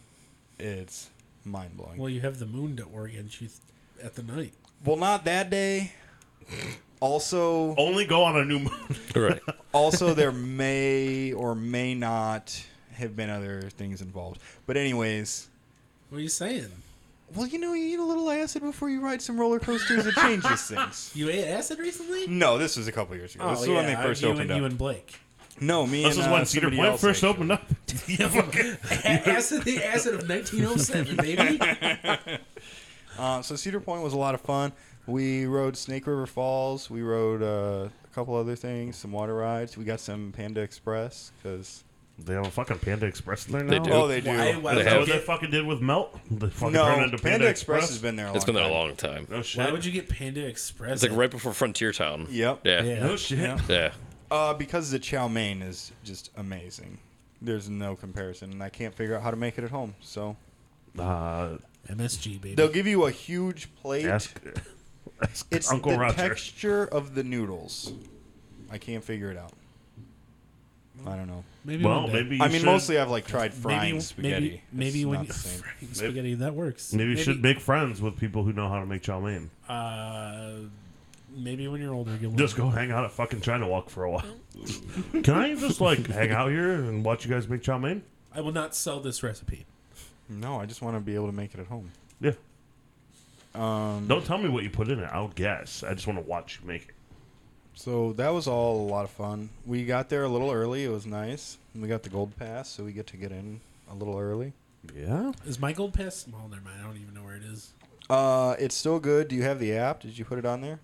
it's mind blowing. Well, you have the moon to orient you th- at the night. Well, not that day. Also, Only go on a new moon. Right. also there may or may not have been other things involved. But anyways, What are you saying? well, you know, you eat a little acid before you ride some roller coasters. It changes things. You ate acid recently? No, this was a couple years ago. Oh, this is when they I- first you opened and, You up. and Blake. no, me. This and, is uh, when Cedar somebody Point else first actually. opened up. acid, the acid of 1907, baby. Uh, so Cedar Point was a lot of fun. We rode Snake River Falls. We rode uh, a couple other things, some water rides. We got some Panda Express because They have a fucking Panda Express in there now. They do. oh, they do. Why- why They Is that would have. you what they get- fucking did with Melt? They fucking no, turned it into Panda, Express. has been there. A long It's been there a time. long time. No shit. Why would you get Panda Express? It's like right before Frontier Town. Yep. Yeah. Yeah. No shit. Yeah. Yeah. Uh, because the chow mein is just amazing. There's no comparison, and I can't figure out how to make it at home. So Uh, MSG, baby. they'll give you a huge plate. ask, ask It's Uncle the Roger. texture of the noodles. I can't figure it out. I don't know. Maybe Well, one day. maybe you I mean, should, mostly I've like tried frying maybe, spaghetti. Maybe, maybe It's when not you, the same. frying spaghetti, that works. maybe you should make friends with people who know how to make chow mein. Uh, maybe when you're older, you'll Just go hang out at fucking China Walk for a while. Can I just like hang out here and watch you guys make chow mein? I will not sell this recipe. No, I just want to be able to make it at home. Yeah. Um, Don't tell me what you put in it. I'll guess. I just want to watch you make it. So that was all a lot of fun. We got there a little early. It was nice. We got the gold pass, so we get to get in a little early. Yeah. Is my gold pass? Well, never mind. I don't even know where it is. Uh, it's still good. Do you have the app? Did you put it on there?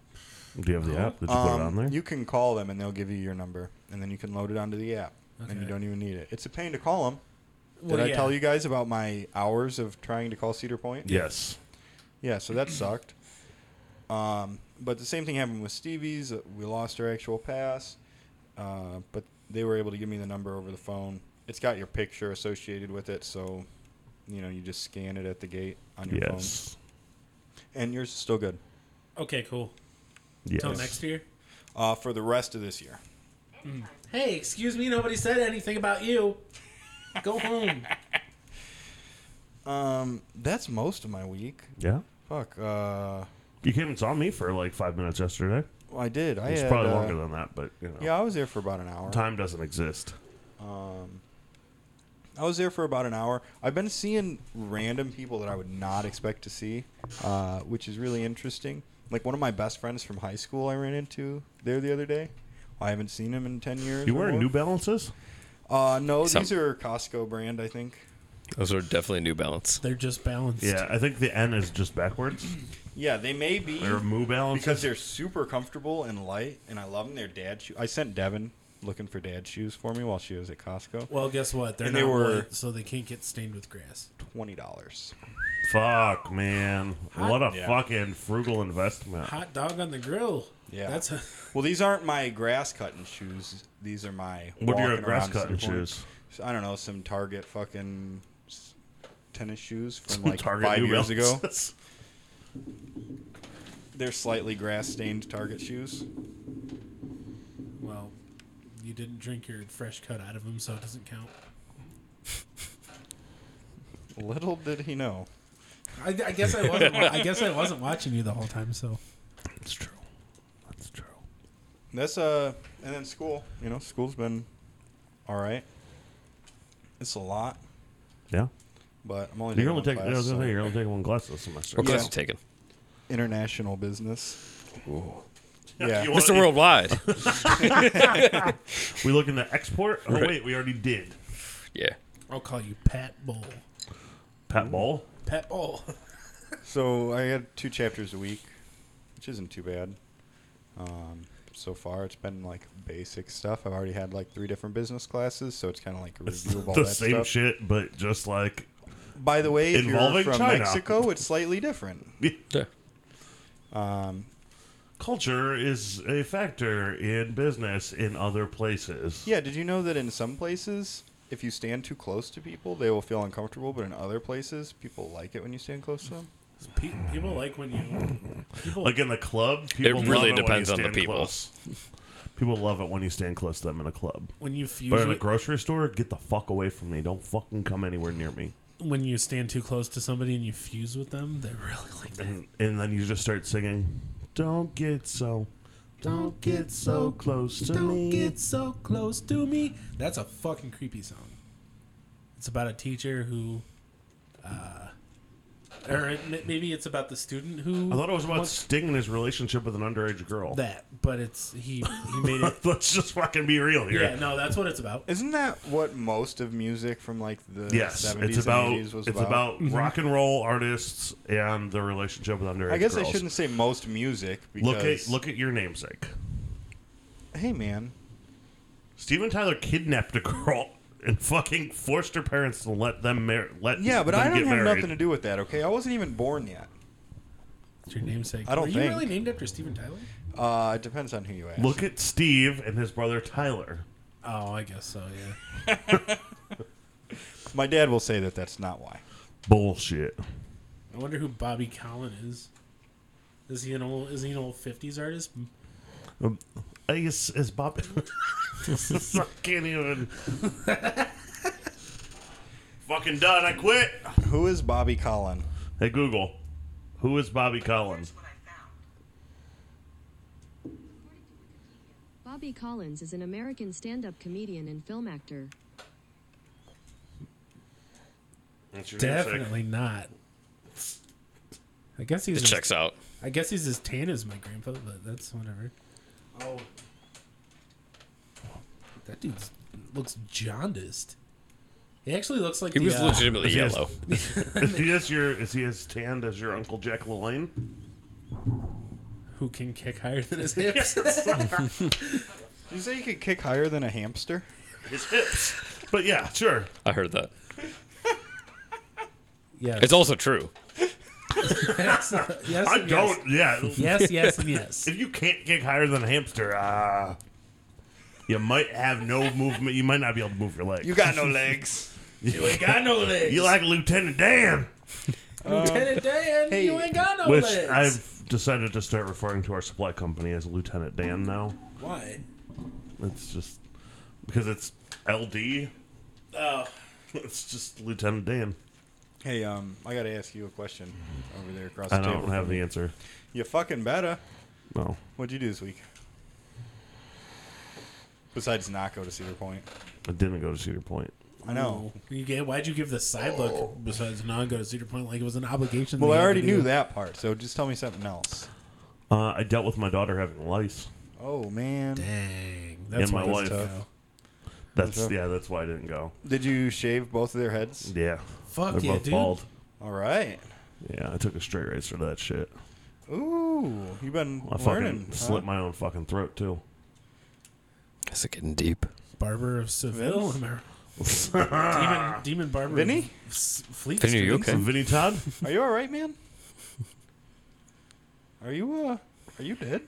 Do you have the app? Did you put it Um, on there? You can call them and they'll give you your number, and then you can load it onto the app, and you Okay. don't even need it. It's a pain to call them. Did Well, I yeah. tell you guys about my hours of trying to call Cedar Point? yes. Yeah, so that sucked. Um, but the same thing happened with Stevie's. Uh, We lost our actual pass, uh, but they were able to give me the number over the phone. It's got your picture associated with it, so you know you just scan it at the gate on your Yes. phone, and yours is still good Okay, cool. Yes. Till next year. uh, for the rest of this year. Hey, excuse me. Nobody said anything about you. Go home. Um, that's most of my week. Yeah. Fuck. Uh, You came and saw me for like five minutes yesterday. well, I did. I It's had, probably uh, longer than that, but you know, Yeah, I was there for about an hour. time doesn't exist. Um, I was there for about an hour. I've been seeing random people that I would not expect to see, uh, which is really interesting. Like one of my best friends from high school, I ran into there the other day. I haven't seen him in ten years. You or wearing more. New Balances? Uh, no, Some- these are Costco brand, I think. Those are definitely New Balance. They're just balanced. Yeah, I think the N is just backwards. Yeah, they may be They're Moo Balances. because they're super comfortable and light, and I love them. They're dad shoes. I sent Devin looking for dad shoes for me while she was at Costco. Well, guess what? They're And not they were- white, so they can't get stained with grass. Twenty dollars. Fuck, man. Hot- what a Yeah. fucking frugal investment. Hot dog on the grill. Yeah. That's a, Well, these aren't my grass cutting shoes. These are my What are your walking grass around cutting Cedar Point. shoes? So, I don't know some Target fucking s- tennis shoes from like Target five New years ago. Balances. They're slightly grass stained Target shoes. well, you didn't drink your fresh cut out of them, so it doesn't count. Little did he know. I, I guess I wasn't. wa- I guess I wasn't watching you the whole time. So That's true. That's true. That's uh, and then school. You know, school's been all right. It's a lot, Yeah. but I'm only You're taking only one taking. class, uh, the other so thing, You're only taking one class this semester. What class Yeah. you taking? international business. Yeah. You want- Mr. Worldwide. We looking to export? Oh Right. wait, we already did. yeah. I'll call you Pat Bowl. Mm-hmm. Pat Ball. Pat Bowl. So I had two chapters a week, which isn't too bad. Um, so far, it's been like basic stuff. I've already had like three different business classes, so it's kind of like a review of all the that same stuff. shit, but just like By the way, if you're Involving from China. Mexico, it's slightly different. Yeah. culture is a factor in business in other places. Yeah, did you know that in some places, if you stand too close to people, they will feel uncomfortable, but in other places, people like it when you stand close to them? Pe- People like when you. People Like in the club, people It really love it depends when on you the stand people. Close. People love it when you stand close to them in a club. when you fuse. But in a with- grocery store, get the fuck away from me. Don't fucking come anywhere near me. when you stand too close to somebody and you fuse with them, they really like that. And, and then you just start singing, Don't get so, don't get so close to Don't me. get so close to me. That's a fucking creepy song. It's about a teacher who, uh, or it, ma- maybe it's about the student who. I thought it was about wants Sting and his relationship with an underage girl. that, but it's he. He made it. Let's just fucking be real here. yeah, no, that's what it's about. Isn't that what most of music from like the Yes, 70s it's about and 80s it's was Mhm. about, rock and roll artists and their relationship with underage I guess girls. I shouldn't say most music because look at look at your namesake. Hey man, Steven Tyler kidnapped a girl and fucking forced her parents to let them mar- let yeah, but them I don't get have married. nothing to do with that. Okay, I wasn't even born yet. It's your namesake. I don't Were you think. really named after Steven Tyler? Uh, it depends on who you ask. Look at Steve and his brother Tyler. Oh, I guess so. Yeah. My dad will say that that's not why. Bullshit. I wonder who Bobby Collin is. Is he an old? Is he an old fifties artist? Um, I guess is Bob. I can't even. Fucking done. I quit. Who is Bobby Collin? Hey Google, who is Bobby Collins? Bobby Collins is an American stand up comedian and film actor. That's your namesake. Definitely not. I guess he's. It as- checks out. I guess he's as tan as my grandpa, but that's whatever. Oh, that dude looks jaundiced. He actually looks like He the, was uh, legitimately Yes. yellow. Is he as your is he as tanned as your Uncle Jack LaLanne? who can kick higher than his hips. Did you say you could kick higher than a hamster? His hips. But yeah, sure. I heard that. yes. It's also true. yes. Yes. I and yes. don't. Yeah. Yes. Yes. And yes. If you can't kick higher than a hamster, uh, you might have no movement. You might not be able to move your legs. You got no legs. you ain't got no legs. You like Lieutenant Dan, Lieutenant Dan? Um, hey, you ain't got no which legs. I've decided to start referring to our supply company as Lieutenant Dan now. Why? It's just because it's LD. Oh. It's just Lieutenant Dan. Hey, um, I gotta ask you a question over there across I the table. don't have the answer. You fucking better. No. What'd you do this week? Besides not go to Cedar Point. I didn't go to Cedar Point. I know. You gave, why'd you give the side look besides not go to Cedar Point like it was an obligation? Oh. Well, that I you had already to knew do? that part, so just tell me something else. Uh, I dealt with my daughter having lice. Oh man. Dang. That's In my why it's life. tough. That's yeah. That's why I didn't go. Did you shave both of their heads? Yeah, Fuck they're yeah, both dude. bald. All right. Yeah, I took a straight razor to that shit. Ooh, you've been I fucking learning. huh? slit my own fucking throat too. Is it getting deep? Barber of Seville. Vince? Am I, demon, demon Barber. Vinny? Of S- Fleet Vinny, are you Street. Okay. Vinny Todd. Are you all right, man? Are you uh? Are you dead?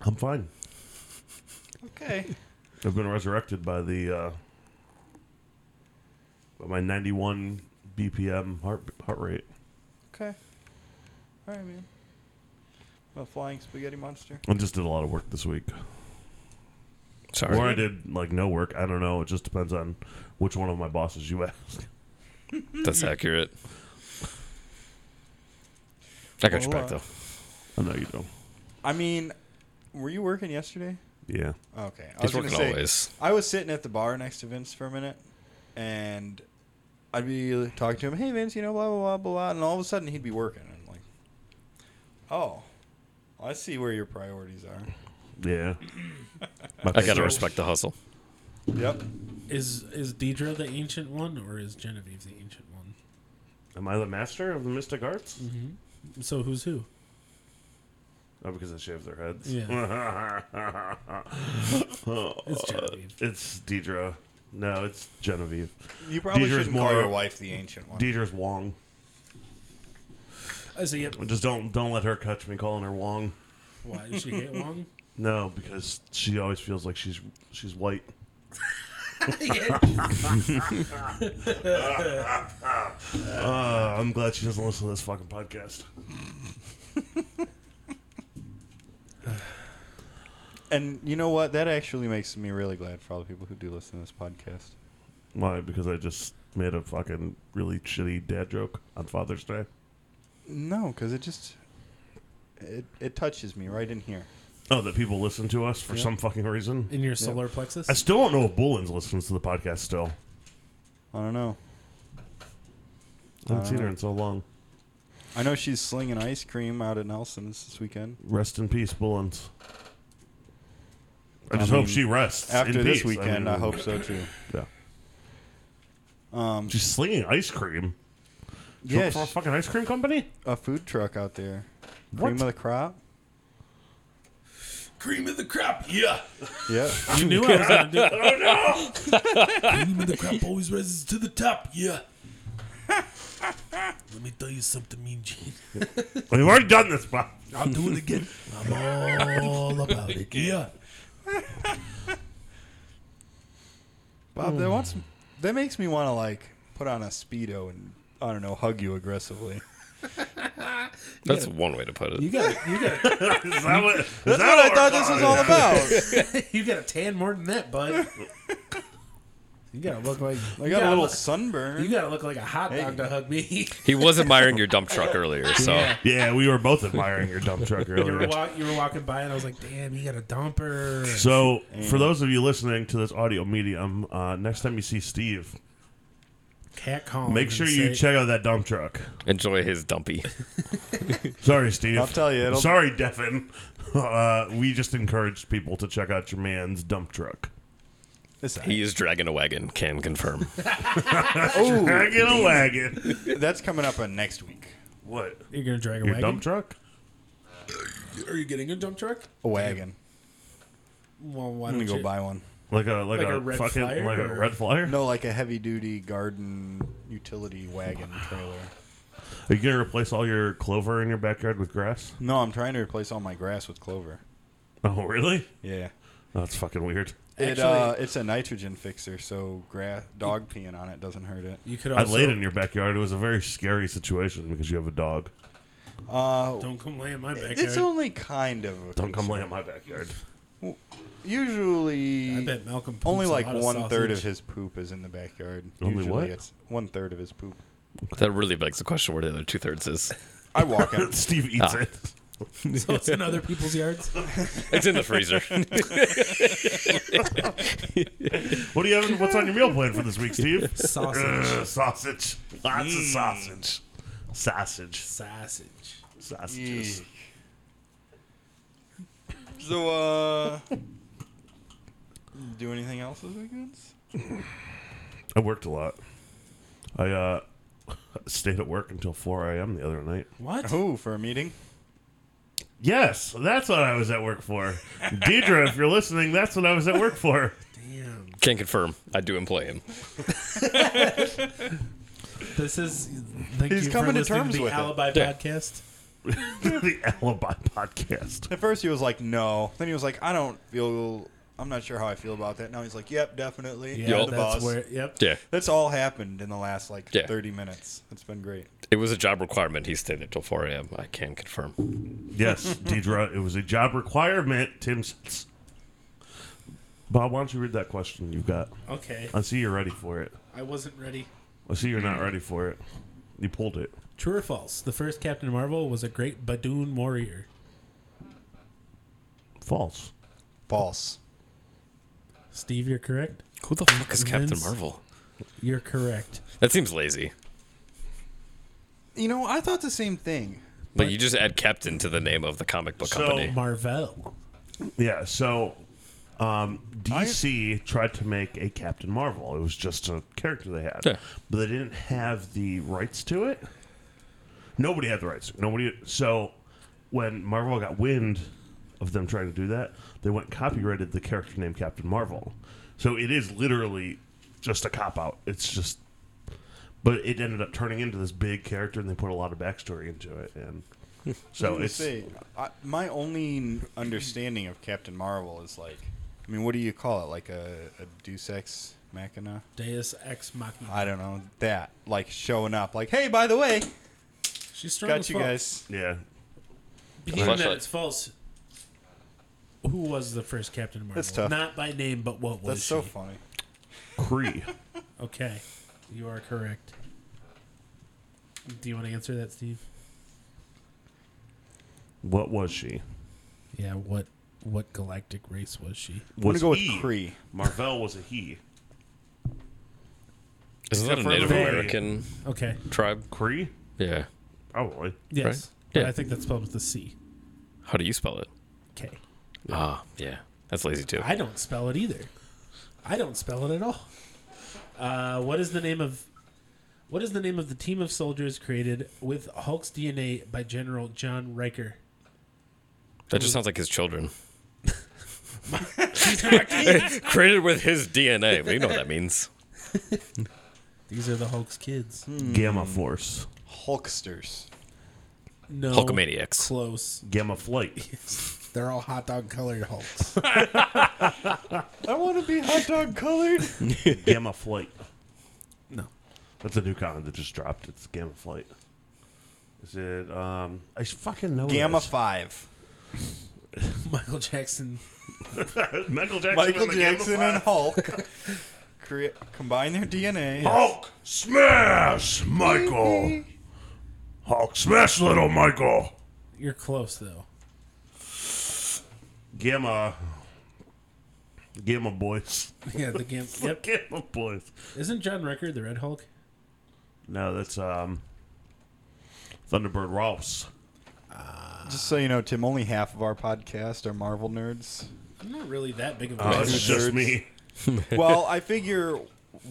I'm fine. Okay. I've been resurrected by the uh, by my 91 BPM heart heart rate. Okay. All right, man. A flying spaghetti monster. I just did a lot of work this week, Sorry. or I did like no work. I don't know. It just depends on which one of my bosses you ask. That's accurate. I got your Well, back uh, though. I know you do. I mean, were you working yesterday? Yeah. Okay. I He's gonna working always. I was sitting at the bar next to Vince for a minute, and I'd be talking to him, "Hey, Vince, you know, blah blah blah blah," blah," and all of a sudden he'd be working, and I'm like, "Oh, I see where your priorities are." Yeah. I gotta respect the hustle. Yep. Is is Deidre the ancient one or is Genevieve the ancient one? Am I the master of the mystic arts? So who's who? Oh, because they shave their heads. It's Uh, Genevieve. it's Deidre. No, it's Genevieve. You probably Deidre's shouldn't call more- your wife the ancient one. Deidre's Wong. I see it. Just don't don't let her catch me calling her Wong. Why does she hate Wong? No, because she always feels like she's she's white. Uh, I'm glad she doesn't listen to this fucking podcast. and you know what? That actually makes me really glad for all the people who do listen to this podcast. Why? Because I just made a fucking really shitty dad joke on Father's Day. No, because it just it it touches me right in here. Oh, that people listen to us for some fucking reason. in your solar plexus. I still don't know if Bullens listens to the podcast still. I don't know. I haven't seen her in so long. I know she's slinging ice cream out at Nelson's this weekend. Rest in peace, Bullens. I I just mean, hope she rests After in this peace. weekend, I, mean, hope so too. Yeah. Um, She's slinging ice cream. She worked yes, for a fucking ice cream company. a food truck out there. What? Cream of the crop. Cream of the crop. Yeah. Yeah. you knew I was gonna do it. the crap always rises to the top. Yeah. Let me tell you something, Mean Gene. We've already done this, Bob. I'll do it again. I'm all about it. Yeah. Bob, Hmm. that wants that makes me want to like put on a speedo and I don't know, hug you aggressively. That's one way to put You it. got you got Is that what, is That's that what I we're thought this was talking all about. you got a tan more than that, bud. You gotta look like I you got gotta a little look- sunburn. You gotta look like a hot dog to hug me. He was admiring your dump truck earlier, so Yeah, we were both admiring your dump truck you, earlier. were walk, you were walking by, and I was like, "Damn, you got a dumper." So, for those of you listening to this audio medium, uh, next time you see Steve, Cat calling. make sure you check out that dump truck. enjoy his dumpy. Sorry, Steve. I'll tell you, it'll- Sorry, Devin. Uh, we just encouraged people to check out your man's dump truck. Listen, He is dragging a wagon. Can confirm. oh, Back in a wagon. that's coming up on next week. what? You're gonna drag a Your wagon. dump truck? Are you getting a dump truck? A wagon. Well, why I'm don't gonna you go buy one. Like a like, Like a, a red fucking flyer like a or- red flyer? No, like a heavy duty garden utility wagon trailer. Are you gonna replace all your clover in your backyard with grass? No, I'm trying to replace all my grass with clover. Oh, really? Yeah. Oh, that's fucking weird. It, uh, it's a nitrogen fixer, so gra- dog peeing on it doesn't hurt it. You could I also laid in your backyard. It was a very scary situation because you have a dog. Uh, Don't come lay in my backyard. it's only kind of. A Don't come lay in my backyard. Usually, I bet Malcolm poops only a like lot of one third of sausage. his poop is in the backyard. Only Usually what? It's one third of his poop. That really begs the question where the other two thirds is. I walk out. Steve eats Ah. it. So it's in other people's yards. It's in the freezer. What do you have? What's on your meal plan for this week, Steve? Sausage. Ugh, sausage. Lots of sausage. Sausage. Sausage. Mm. Sausages. So, uh, do anything else this weekend? I worked a lot. I uh, stayed at work until 4 a.m. the other night. What? Oh, for a meeting. Yes, that's what I was at work for. Deidre, if you're listening, that's what I was at work for. Damn. Can confirm. I do employ him. This is. Thank He's you coming for to listening terms to the with it. Alibi Yeah. podcast. the Alibi podcast. At first, he was like, "No." Then he was like, "I don't feel. I'm not sure how I feel about that." Now he's like, "Yep, definitely." Yeah, You're that's the boss. where. Yep. Yeah. That's all happened in the last like Yeah. 30 minutes. It's been great. It was a job requirement. He stayed there till 4 a.m. I can confirm. Yes, Deidre, it was a job requirement, Tim says. Bob, why don't you read that question you've got? Okay. I see you're ready for it. I wasn't ready. I see you're not ready for it. You pulled it. True or false? The first Captain Marvel was a great Badoon warrior. False. False. Steve, you're correct. Who the fuck is Captain Vince? Marvel? You're correct. That seems lazy. You know, I thought the same thing. But you just add Captain to the name of the comic book So- company. Marvel. Yeah, so um, DC tried to make a Captain Marvel. It was just a character they had. Yeah. But they didn't have the rights to it. Nobody had the rights. Nobody so when Marvel got wind of them trying to do that, they went and copyrighted the character named Captain Marvel. So it is literally just a cop out. It's just but it ended up turning into this big character and they put a lot of backstory into it and so I it's say, I, my only understanding of Captain Marvel is like, I mean, what do you call it? Like a, a Deus Ex Machina? Deus Ex Machina. I don't know. That. Like showing up. Like, hey, by the way, She's strong got as you fuck. guys. yeah. Being that Flashlight. it's false. Who was the first Captain Marvel? That's tough. Not by name, but what was That's so she? funny. Cree. Okay, you are correct. Do you want to answer that, Steve? What was she? Yeah. What what galactic race was she? I'm gonna Was go with he. Cree. Marvell was a he. Isn't that a for Native the- American Okay. tribe? Cree? Yeah. Probably. Yes. Right? But Yeah. I think that's spelled with the C. How do you spell it? K. Ah, yeah. That's lazy too. I don't spell it either. I don't spell it at all. Uh, what is the name of what is the name of the team of soldiers created with Hulk's DNA by General John Riker? That just sounds like his children. Created with his DNA. We know what that means. These are the Hulk's kids. Hmm. Gamma Force. Hulksters. No, Hulkamaniacs. Close. Gamma Flight. They're all hot dog colored hulks. I want to be hot dog colored. Gamma Flight. No. That's a new comment that just dropped. It's Gamma Flight. Is it? Um, I s- fucking know. Gamma Flight. Five. Michael Jackson. Michael Jackson. Michael and the Gamma Jackson Five. and Hulk create, combine their DNA. Hulk smash, Michael. Hulk smash, little Michael. You're close though. Gamma. Gamma boys. Yeah, the game. Yep. Gamma boys. Isn't John Riker the Red Hulk? No, that's um. Thunderbird Ross. Just so you know, Tim, only half of our podcast are Marvel nerds. I'm not really that big of Uh, a. Oh, fan. it's just me. well, I figure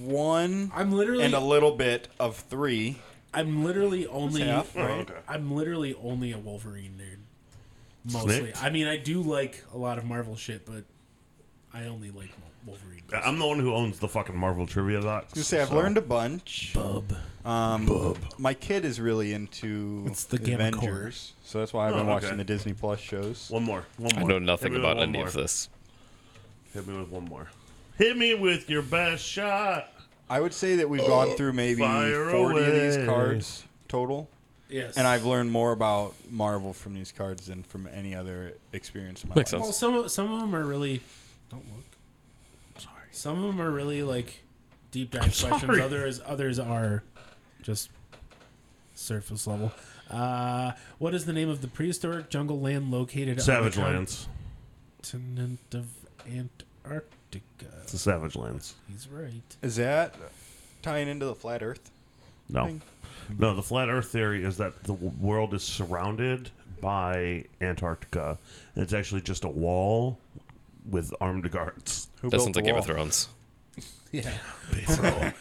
one I'm literally. and a little bit of three. I'm literally only. half, Oh, okay. I'm literally only a Wolverine nerd. Mostly. Snicked. I mean, I do like a lot of Marvel shit, but I only like Mo- Wolverine. I'm the one who owns the fucking Marvel trivia box. You say I've so- learned a bunch. Bub. Um, My kid is really into It's the Gamma Corps. Avengers, so that's why I've Oh, been watching okay. the Disney Plus shows. One more. One I more. know Hit nothing me with about one any more. of this. Hit me with one more. Hit me with your best shot. I would say that we've gone through maybe Fire forty of away. these cards total, Yes. and I've learned more about Marvel from these cards than from any other experience. In my Makes life. Well, sense. some of- some of them are really. Don't look. Sorry. Some of them are really like deep dive questions. sorry. Others others are just surface level. Uh, what is the name of the prehistoric jungle land located on Savage the Lands. continent of Antarctica? It's the Savage Lands. He's right. Is that tying into the flat Earth? No. Thing. No, the flat earth theory is that the w- world is surrounded by Antarctica, and it's actually just a wall with armed guards. Who That built sounds the like Game of wall? Thrones. Yeah.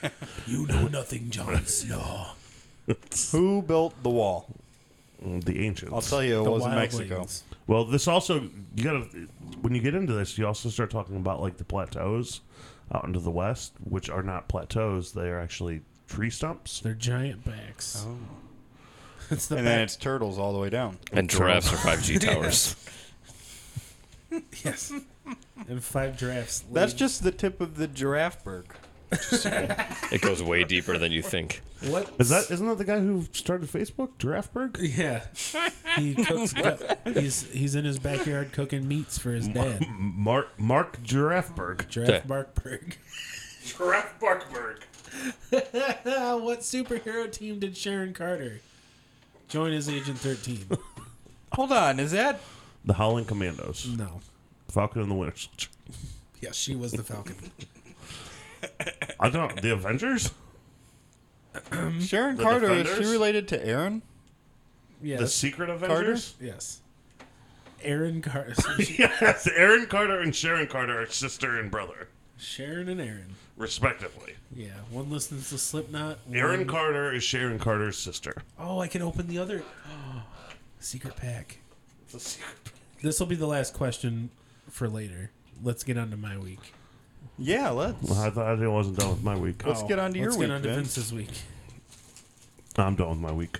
You know nothing, Jon Snow. Who built the wall? Mm, The ancients. I'll tell you, it The was in wildlings. Mexico. Well, this also you gotta when you get into this, you also start talking about like the plateaus out into the west, which are not plateaus; they are actually tree stumps. They're giant backs. Oh. It's the And then back. it's turtles all the way down. And giraffes are 5G towers. Yes. and five giraffes. That's laid- just the tip of the giraffe berg. It goes way deeper than you think. what Is that isn't that the guy who started Facebook, Giraffeberg? Yeah, he cooks. he's he's in his backyard cooking meats for his dad, Mark Mark Giraffeberg. Giraffe Yeah. Barkberg. Giraffeberg. Ah, what superhero team did Sharon Carter join as Agent Thirteen? Hold on, is that The Howling Commandos, No. Falcon and the Winter Soldier. yeah, she was the Falcon. I don't. The Avengers. Sharon The Carter? Is Defenders? she related to Aaron? Yes. The Secret Avengers? yes. Aaron Carter. yes, Aaron Carter and Sharon Carter are sister and brother, Sharon and Aaron. respectively. Yeah. One listens to Slipknot. Aaron one- Carter is Sharon Carter's sister. Oh, I can open the other. Secret pack. It's a secret. This will be the last question for later. Let's get on to my week. Yeah, let's I thought I wasn't done with my week. Oh. let's get on to your Let's week. get on to Vince. Vince's week. I'm done with my week.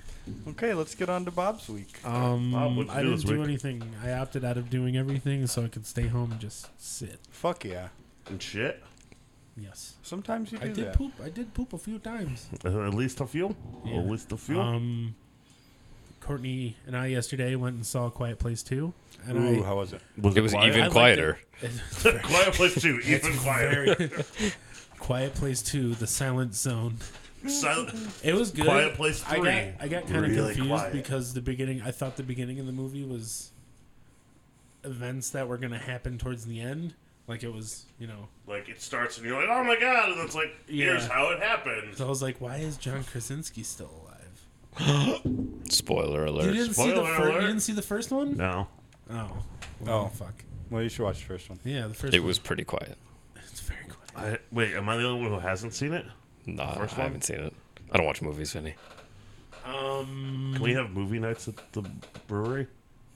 Okay, let's get on to Bob's week. Um, Bob, what'd you I do didn't this do week? anything. I opted out of doing everything so I could stay home and just sit. Fuck yeah. And shit. Yes, Sometimes you do I did that. poop. I did poop a few times. Uh, At least a few. Yeah. At least a few. Um, Courtney and I yesterday went and saw Quiet Place Two, and Ooh, how was it? It was quiet? even liked quieter. I quiet place two. Even quieter. very Quiet Place Two: The Silent Zone. Silent. It was good. Quiet Place I three. got I got kind of Really confused quiet. because the beginning. I thought the beginning of the movie was events that were going to happen towards the end. Like it was, you know. Like it starts and you're like, oh my god, and it's like, here's Yeah. how it happened. So I was like, why is John Krasinski still alive? Spoiler You alert. didn't see the Spoiler fir- alert. you didn't see the first one? No. Oh. Oh. Oh fuck. Well, you should watch the first one. Yeah, the first. it one. was pretty quiet. It's very quiet. I, wait, am I the only one who hasn't seen it? Nah, First I one? haven't seen it. I don't watch movies, Vinny. Um. Can we have movie nights at the brewery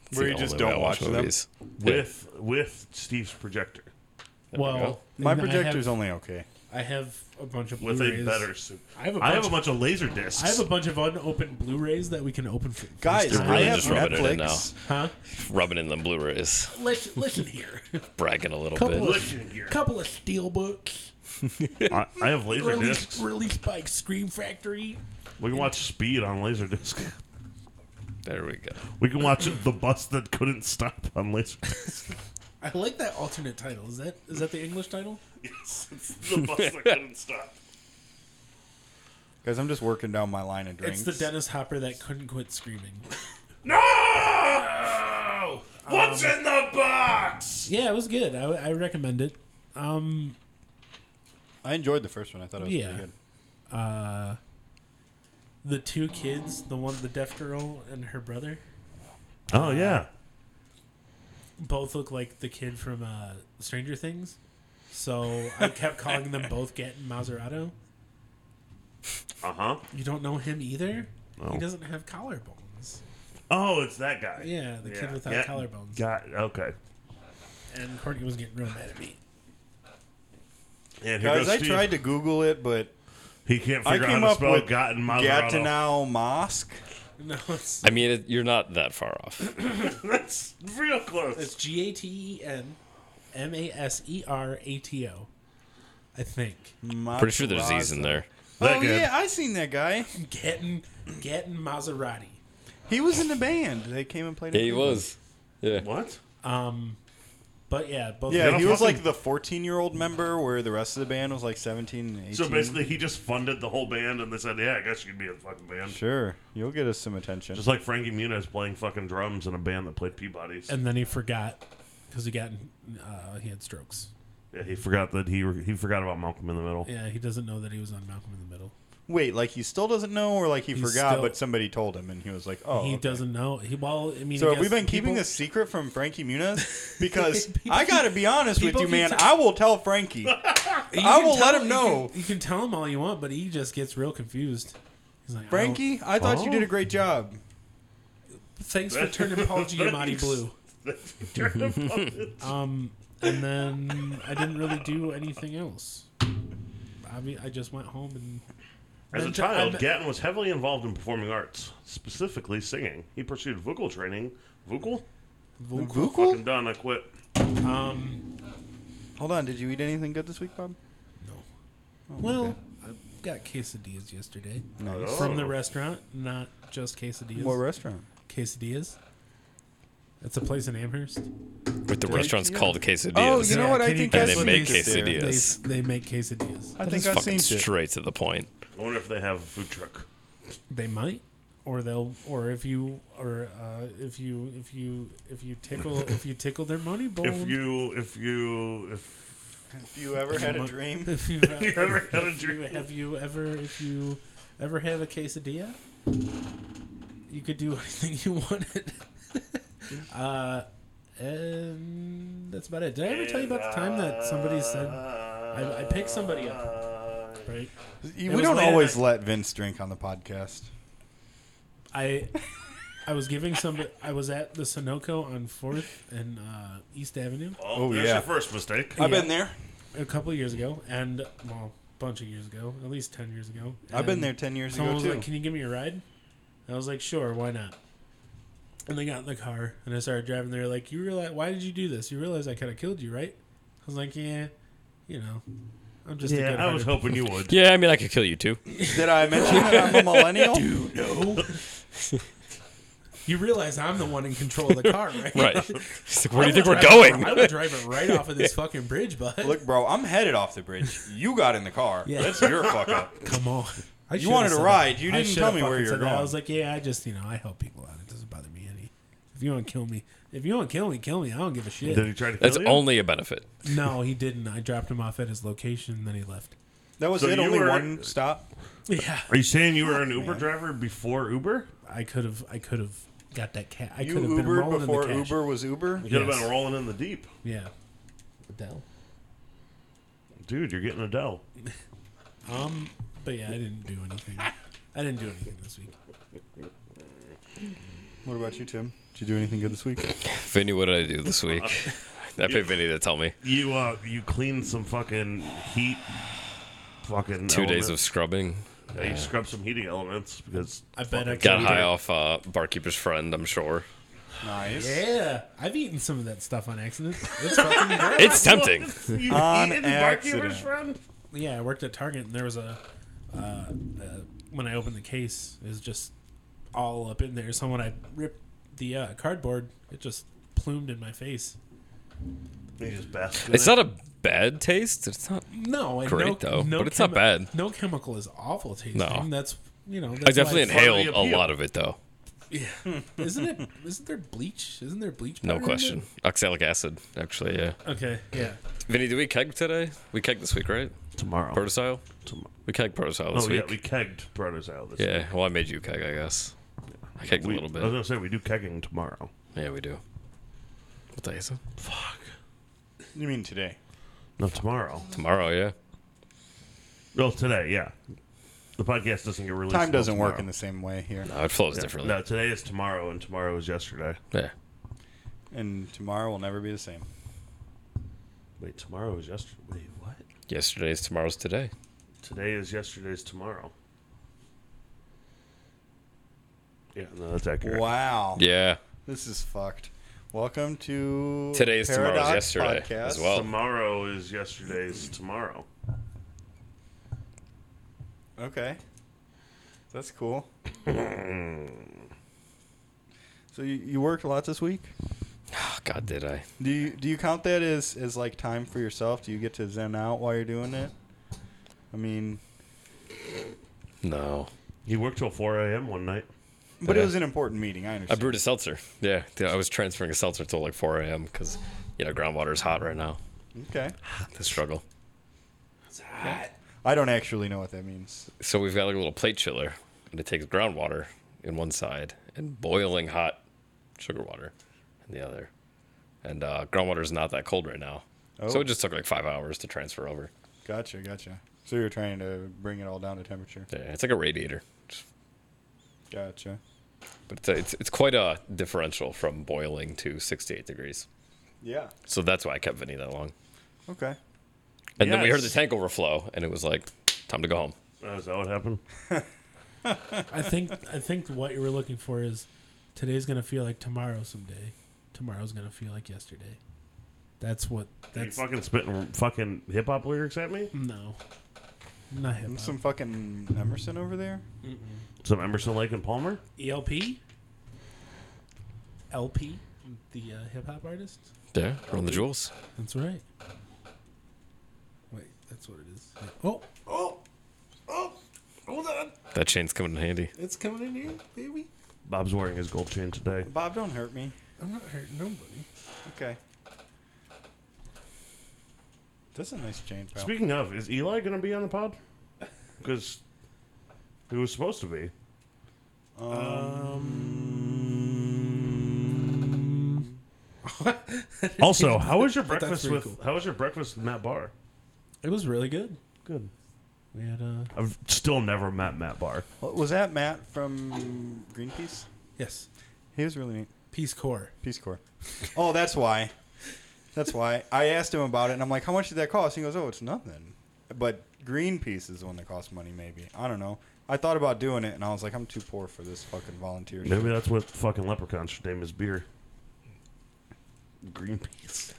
It's Where the you just only way I don't watch them? movies. with with Steve's projector Yeah, there we Well, go. My and I have- projector's only okay. I have a bunch of with a Blu-rays. better suit? I have a I bunch have a of- bunch of laser discs. I have a bunch of unopened Blu-rays that we can open for Guys, You're I really have just rubbing it in Netflix. Huh? rubbing in them Blu-rays, Listen, listen here. bragging a little Couple bit. of- Listen here. Couple of steel books. I, I have laser Released, discs. released by Scream Factory. We can watch Speed on laser disc. There we go. We can watch the bus that couldn't stop on laser. I like that alternate title. Is that is that the English title? Yes, it's the bus that couldn't stop. Guys, I'm just working down my line of drinks. It's the Dennis Hopper that couldn't quit screaming. No! What's in the box? Yeah, it was good. I, I recommend it. Um, I enjoyed the first one. I thought it was Yeah. pretty good. the two kids, the one, the deaf girl and her brother, Oh yeah. both look like the kid from uh, Stranger Things. So I kept calling them both Get and Maserato. Uh Uh-huh. huh. You don't know him either. No. He doesn't have collarbones. Oh, it's that guy. Yeah, the kid without yeah. collarbones. Got okay. And Courtney was getting real mad at me. And here Guys, goes I Steve. tried to Google it, but He can't I figure out came how to up spell with Gotten Maserati. Gatineau Mosque. No, it's I mean, it, you're not that far off. That's real close. It's G A T E N M A S E R A T O. I think. Pretty sure there's Z's in there. Oh That good. yeah, I seen that guy. Getting getting Maserati. He was in the band. They came and played. Yeah, in he Cleveland. was. Yeah. what? But yeah, both Yeah, Yeah, he was fucking- like the 14 year old member, where the rest of the band was like 17 and 18. So basically, he just funded the whole band, and they said, "Yeah, I guess you could be in the fucking band." sure, you'll get us some attention. Just like Frankie Muniz playing fucking drums in a band that played Peabody's. and then he forgot because he got uh, he had strokes. yeah, he forgot that he he forgot about Malcolm in the Middle. Yeah, he doesn't know that he was on Malcolm in the Middle. Wait, like he still doesn't know, or like he He's forgot, still- but somebody told him, and he was like, "Oh, he okay. doesn't know. He well, I mean, So I have we guess been keeping people- this secret from Frankie Muniz? Because People I gotta be honest with people you, keep man. t- I will tell Frankie. You I can will let tell- him you know. can- You can tell him all you want, but he just gets real confused. He's like, Frankie, I thought you did a great job. "Oh, thanks for turning Paul Giamatti blue." Um, and then I didn't really do anything else. I mean, I just went home and As a Then- child, I'm- Gatton was heavily involved in performing arts, specifically singing. He pursued vocal training. Vocal? Fucking Google? done. I quit. um, Hold on, did you eat anything good this week, Bob? Oh, well, I got quesadillas yesterday No. Oh. from the restaurant, not just quesadillas. What restaurant? quesadillas? It's a place in Amherst. With the restaurants yeah. called quesadillas. Oh, you know Yeah, what? I can you think guess that's what what they make makes it there. They, quesadillas. they make quesadillas. I think It's I've fucking seen it. straight to the point. I wonder if they have a food truck. They might, or they'll, or if you, or uh, if you, if you, if you tickle, if you tickle their money bowl. If you, if you, if If you ever had a dream, if you you ever had a You- dream, Have you ever, if you ever have a quesadilla, you could do anything you wanted. uh, and that's about it. Did I ever tell you about the time that somebody said I, I picked somebody up? Right. we was don't late at always night. let Vince drink on the podcast. I I was giving somebody. I was at the Sunoco on Fourth and uh, East Avenue Oh, Oh, there's yeah. your first mistake. I've Yeah. been there. a couple of years ago, and well, a bunch of years ago, at least ten years ago. I've been And- there ten years ago Someone was too. like, "Can you give me a ride?" I was like, "Sure, why not?" And they got in the car, and I started driving. They were like, "You realize why did you do this? You realize I could have killed you, right?" I was like, "Yeah, you know, I'm just a Yeah, good I was hearted- hoping you would. Yeah, I mean, I could kill you too. Did I mention that I'm a millennial? You realize I'm the one in control of the car, right? Right. He's like, where do you think we're Drive- I going? would drive it right off of this fucking bridge, bud. Look, bro, I'm headed off the bridge. You got in the car. Yeah. That's your fuck up. Come on. I should've wanted a said that. ride. You I didn't should've tell me fucking where you were said that. I going. was like, yeah, I just, you know, I help people out. It doesn't bother me any. If you want to kill me, if you want to kill me, kill me. I don't give a Did he shit. try to kill That's you? only a benefit. No, he didn't. I dropped him off at his location, then he left. That was So it. you Only were- one stop. Yeah, Are you saying you were an Uber driver before Uber? I could have, I could have got that cat. I You could have been rolling Ubered before in the cash. Uber was Uber. You could have Yes. been rolling in the deep. Yeah, Adele. Dude, you're getting Adele. Um, but yeah, I didn't do anything. I didn't do anything this week. What about you, Tim? Did you do anything good this week? Vinny, what did I do this week? I paid Vinny to tell me. You uh you cleaned some fucking heat fucking Two days of elements. scrubbing. yeah, you scrubbed some heating elements because I bet I Got could've high done- off uh, barkeeper's friend, I'm sure. Nice. Yeah, I've eaten some of that stuff on accident. It's fucking great. It's tempting. you On heated barkeeper's accident. friend. Yeah, I worked at Target, and there was a uh, uh, when I opened the case, it was just all up in there. So when I ripped the uh, cardboard, it just plumed in my face. They just basked in It's it. not a bad taste. It's not. No, and Great, no, though, no but it's not chemi- bad. No No chemical is awful tasting. No. that's you know. I That's definitely why part of inhaled the a appeal. lot of it though. it's- Isn't it? Isn't there bleach? Isn't there bleach? No powder in question. Oxalic acid, actually. Yeah. it? Okay. Yeah. Vinny, did we keg today? We keg this week, right? tomorrow. Protostyle. Tom- We keg protostyle this oh yeah, week. we kegged Brothers out this yeah. Well, I made you keg, I guess. I kegged We- a little I was bit. gonna say we do kegging tomorrow. Yeah, we do. What day is it? You mean today? No, tomorrow. Tomorrow. Yeah. Well, today, yeah. The podcast doesn't get released. Time until doesn't work in tomorrow. the same way here. No, Oh, it flows differently. No, today is tomorrow, and tomorrow is yesterday. Yeah. And tomorrow will never be the same. Wait, tomorrow is yesterday. Wait, what? Yesterday's tomorrow's today. Today is yesterday's tomorrow. Yeah, no, that's accurate. Wow. Yeah. This is fucked. Welcome to Today is tomorrow's Paradox yesterday as well. Tomorrow is yesterday's tomorrow. Okay. That's cool. so you, you worked a lot this week? Oh, God, did I? Do you do you count that as, as like time for yourself? Do you get to zen out while you're doing it? I mean No. He worked till 4 a.m. one night. but it Yeah. was an important meeting, I I understand. brewed a seltzer. Yeah, dude, I was transferring a seltzer till like 4 a.m. because you know groundwater's hot right now. okay. The struggle. I don't actually know what that means. So we've got like a little plate chiller, and it takes groundwater in one side and boiling hot sugar water in the other. And uh, groundwater is not that cold right now, so Oh. it just took like five hours to transfer over. Gotcha, gotcha. So you're trying to bring it all down to temperature. Yeah, it's like a radiator, Gotcha. but it's it's, it's quite a differential from boiling to 68 degrees. Yeah. So that's why I kept Vinny that long. Okay. And then we heard the Yes. tank overflow, and it was like time to go home. Oh, is that what happened? I think I think what you were looking for is today's gonna feel like tomorrow someday. Tomorrow's gonna feel like yesterday. That's what. Are you That's fucking spitting fucking hip hop lyrics at me? no. Not hip hop. Some fucking Emerson over there? Some Emerson, Lake, and Palmer? ELP. LP, the uh, hip hop artist. Yeah, run the jewels. That's right. Wait, that's what it is. Oh, That chain's coming in handy. it's coming in here, baby. Bob's wearing his gold chain today. Bob, don't hurt me. I'm not hurting nobody. Okay. That's a nice chain, pal. Speaking of, is Eli going to be on the pod? Because he was supposed to be. Um. also, how was your But that's breakfast pretty with cool. how was your breakfast with Matt Barr? It was really good. Good. We had uh I've still never met Matt Barr. Well, Was that Matt from Greenpeace? yes, He was really neat. Peace Corps. Peace Corps. Oh, that's why. That's why. I asked him about it, and I'm like, how much did that cost? He goes, oh, it's nothing. But Greenpeace is the one that costs money, maybe. I don't know. I thought about doing it, and I was like, I'm too poor for this fucking volunteer shit. Maybe that's what fucking leprechauns should name his beer. Greenpeace.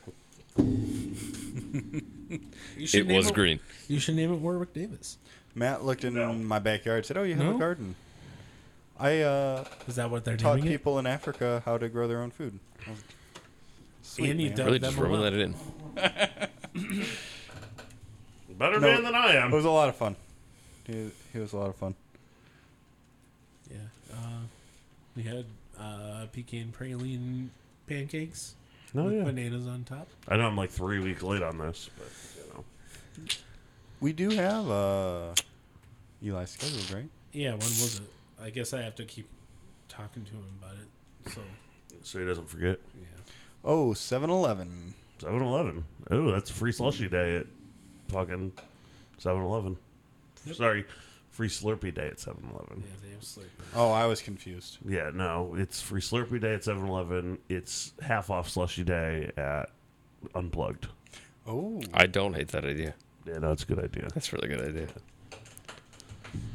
You should It name was green. You should name it Warwick Davis. Matt looked in my backyard said, oh, you have No? a garden. I uh, Is that what they're taught doing? people in Africa how to grow their own food. it? And you man. dug Really, them just all rubbing up. that in. Better No. Oh, man than I It am. was a lot of fun. He, he was a lot of fun. Yeah. Uh, we had uh, pecan praline pancakes No, with yeah. bananas on top. I know I'm like three weeks late on this, but you know. We do have uh, Eli scheduled, right? Yeah, when was it? I guess I have to keep talking to him about it. So, So he doesn't forget. yeah. Oh, 7 Eleven. 7 Eleven. Oh, that's free slushy day at fucking 7 Eleven. Sorry, free Slurpee day at 7 Eleven. Yeah, they have sleep. Oh, I was confused. Yeah, no, it's free Slurpee day at 7 Eleven. It's half off slushy day at Unplugged. Oh, I don't hate that idea. Yeah, no, it's a good idea. That's a really good idea.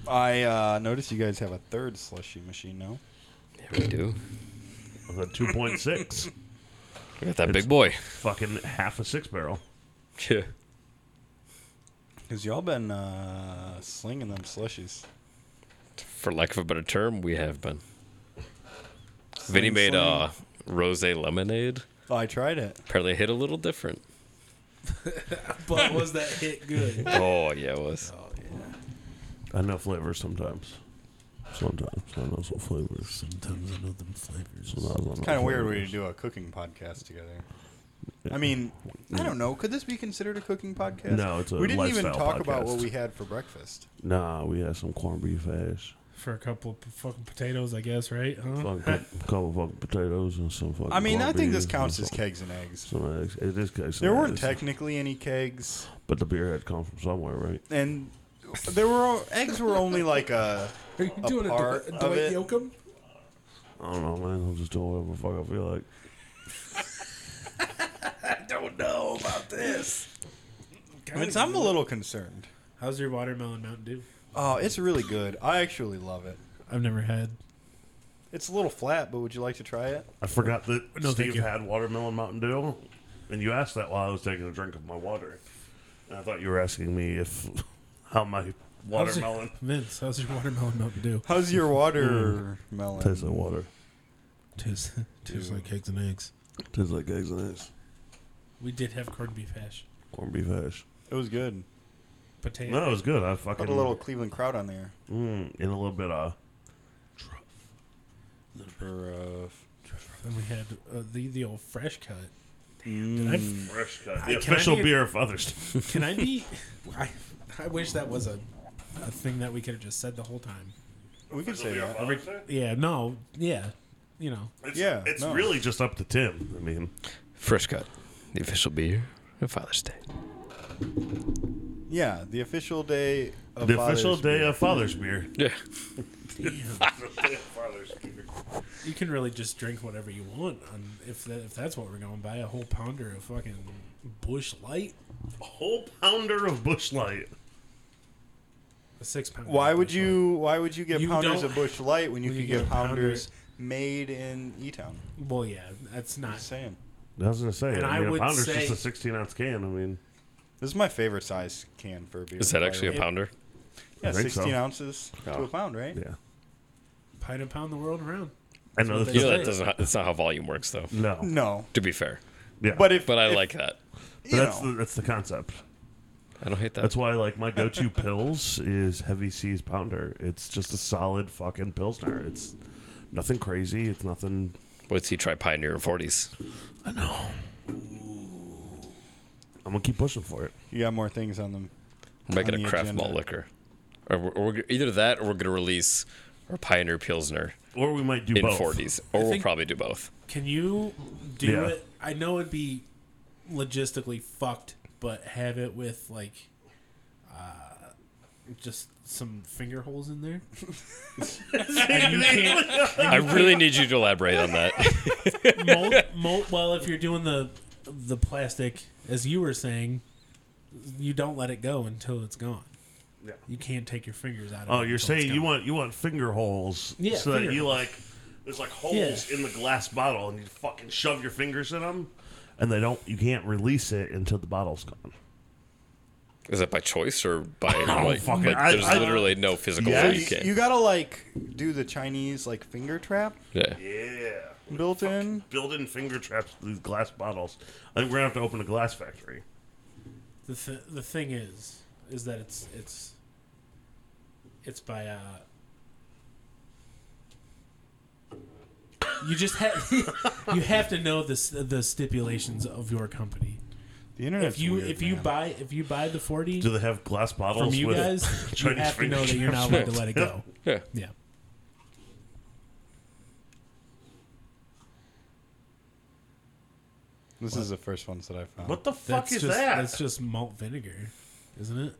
I uh, noticed you guys have a third slushy machine now. Yeah, we do. With a 2.6, We got that big boy. fucking half a six barrel. Yeah. Cause y'all been uh, slinging them slushies. For lack of a better term, we have been. Vinny made uh, rose lemonade. Oh, I tried it. Apparently, it hit a little different. But was that hit good? Oh yeah, it was. I know flavors sometimes. Sometimes I know some flavors. Sometimes I know them flavors. Sometimes I know Kind of weird flavors. we do a cooking podcast together. I mean, I don't know. Could this be considered a cooking podcast? No, it's a We didn't even lifestyle talk about what podcast. we had for breakfast. Nah, we had some corned beef hash, For a couple of fucking potatoes, I guess, right? Huh? fucking a couple fucking potatoes, and some fucking. I mean, I corned think beef this counts and as some- kegs and eggs. Some eggs. It is case. There weren't technically any kegs, but the beer had come from somewhere, right? and there were eggs were only like a. Are you doing a, part Dw- of Dwight it. Yoakam? I don't know, man. I'm just doing whatever the fuck I feel like. I mean, so I'm a little concerned. How's your watermelon Mountain Dew? Oh, it's really good. I actually love it. I've never had. It's a little flat, but would you like to try it? I forgot that No, thank Steve you. had watermelon Mountain Dew, and you asked that while I was taking a drink of my water. And I thought you were asking me if how my watermelon How's your, Vince, how's your watermelon Mountain Dew? How's your watermelon? tastes like water. Tastes, tastes like eggs and eggs. Tastes like eggs and eggs. We did have corned beef hash. Corned beef hash. It was good. Potato. No, it was good. I fucking Put a little Cleveland crowd on there. mm, and a little bit of uh, And we had uh, the, the old fresh cut. Mm. fresh cut. I- The can I official be- beer of Father's Day. Can I be. I, I wish that was a, a thing that we could have just said the whole time. We could say that. Yeah, no. Yeah. You know, It's, Yeah, it's no. really just up to Tim. I mean, Fresh cut, the official beer of Father's Day. Yeah, the official day of the Father's official day Day. of Father's beer. Yeah. you can really just drink whatever you want on, if that, if that's what we're going by. A whole pounder of fucking Bush Light, A whole pounder of Bush Light. a six pound. Why would you? Why would you get You pounders don't- of Bush Light when you when could you get, get a pounder- pounders made in E Town? Well, yeah, that's not. Just saying. I was gonna say, And I I mean, a would pounder's say- just a 16 ounce can. I mean, This is my favorite size can for a beer. Is that by actually the a way. pounder? Yeah, I think so. sixteen ounces to Oh. a pound, right? yeah. Pint and pound the world around. I know that's You know Yeah. that doesn't. That's not how volume works, though. no, No, To be fair, yeah, but if but I if, like that. you that's know, the, that's the concept. I don't hate that. That's why, like, my go-to pills is Heavy Seas Pounder. It's just a solid fucking pilsner. It's nothing crazy. It's nothing. What's he try Pioneer in 40s? I know. I'm gonna keep pushing for it. you got more things on them. We're making On a the craft agenda. malt liquor, or we're, or we're- either that, or we're gonna release our Pioneer Pilsner Or we might do in both. 40s, or we'll think- probably do both. Can you do Yeah. it? I know it'd be logistically fucked, but have it with like, uh, just some finger holes in there. And you can't I really need you to elaborate on that. mold, mold. Well, if you're doing the the plastic, as you were saying, you don't let it go until it's gone. Yeah. You can't take your fingers out. of Oh, it you're until it's saying you gone. want you want finger holes, Yeah, so that finger you like there's like holes in the glass bottle, and you fucking shove your fingers in them, and they don't. You can't release it until the bottle's gone. Is that by choice or by like, fucking- like, Oh, I- there's I- literally no physical Yeah, way You, you can. you gotta like do the Chinese like finger trap yeah. Yeah. built in. Building finger traps to these glass bottles. I think we're gonna have to open a glass factory. The th- the thing is, is that it's it's it's by uh. You just have you have to know the s- the stipulations of your company. The internet. If you if you buy if you buy the forty Do they have glass bottles from you with guys, you Chinese have to finger know that you're traps? not allowed to let it go. Yeah. Yeah. this is the first ones that I found. What the fuck that's is just, that? That's just malt vinegar, isn't it?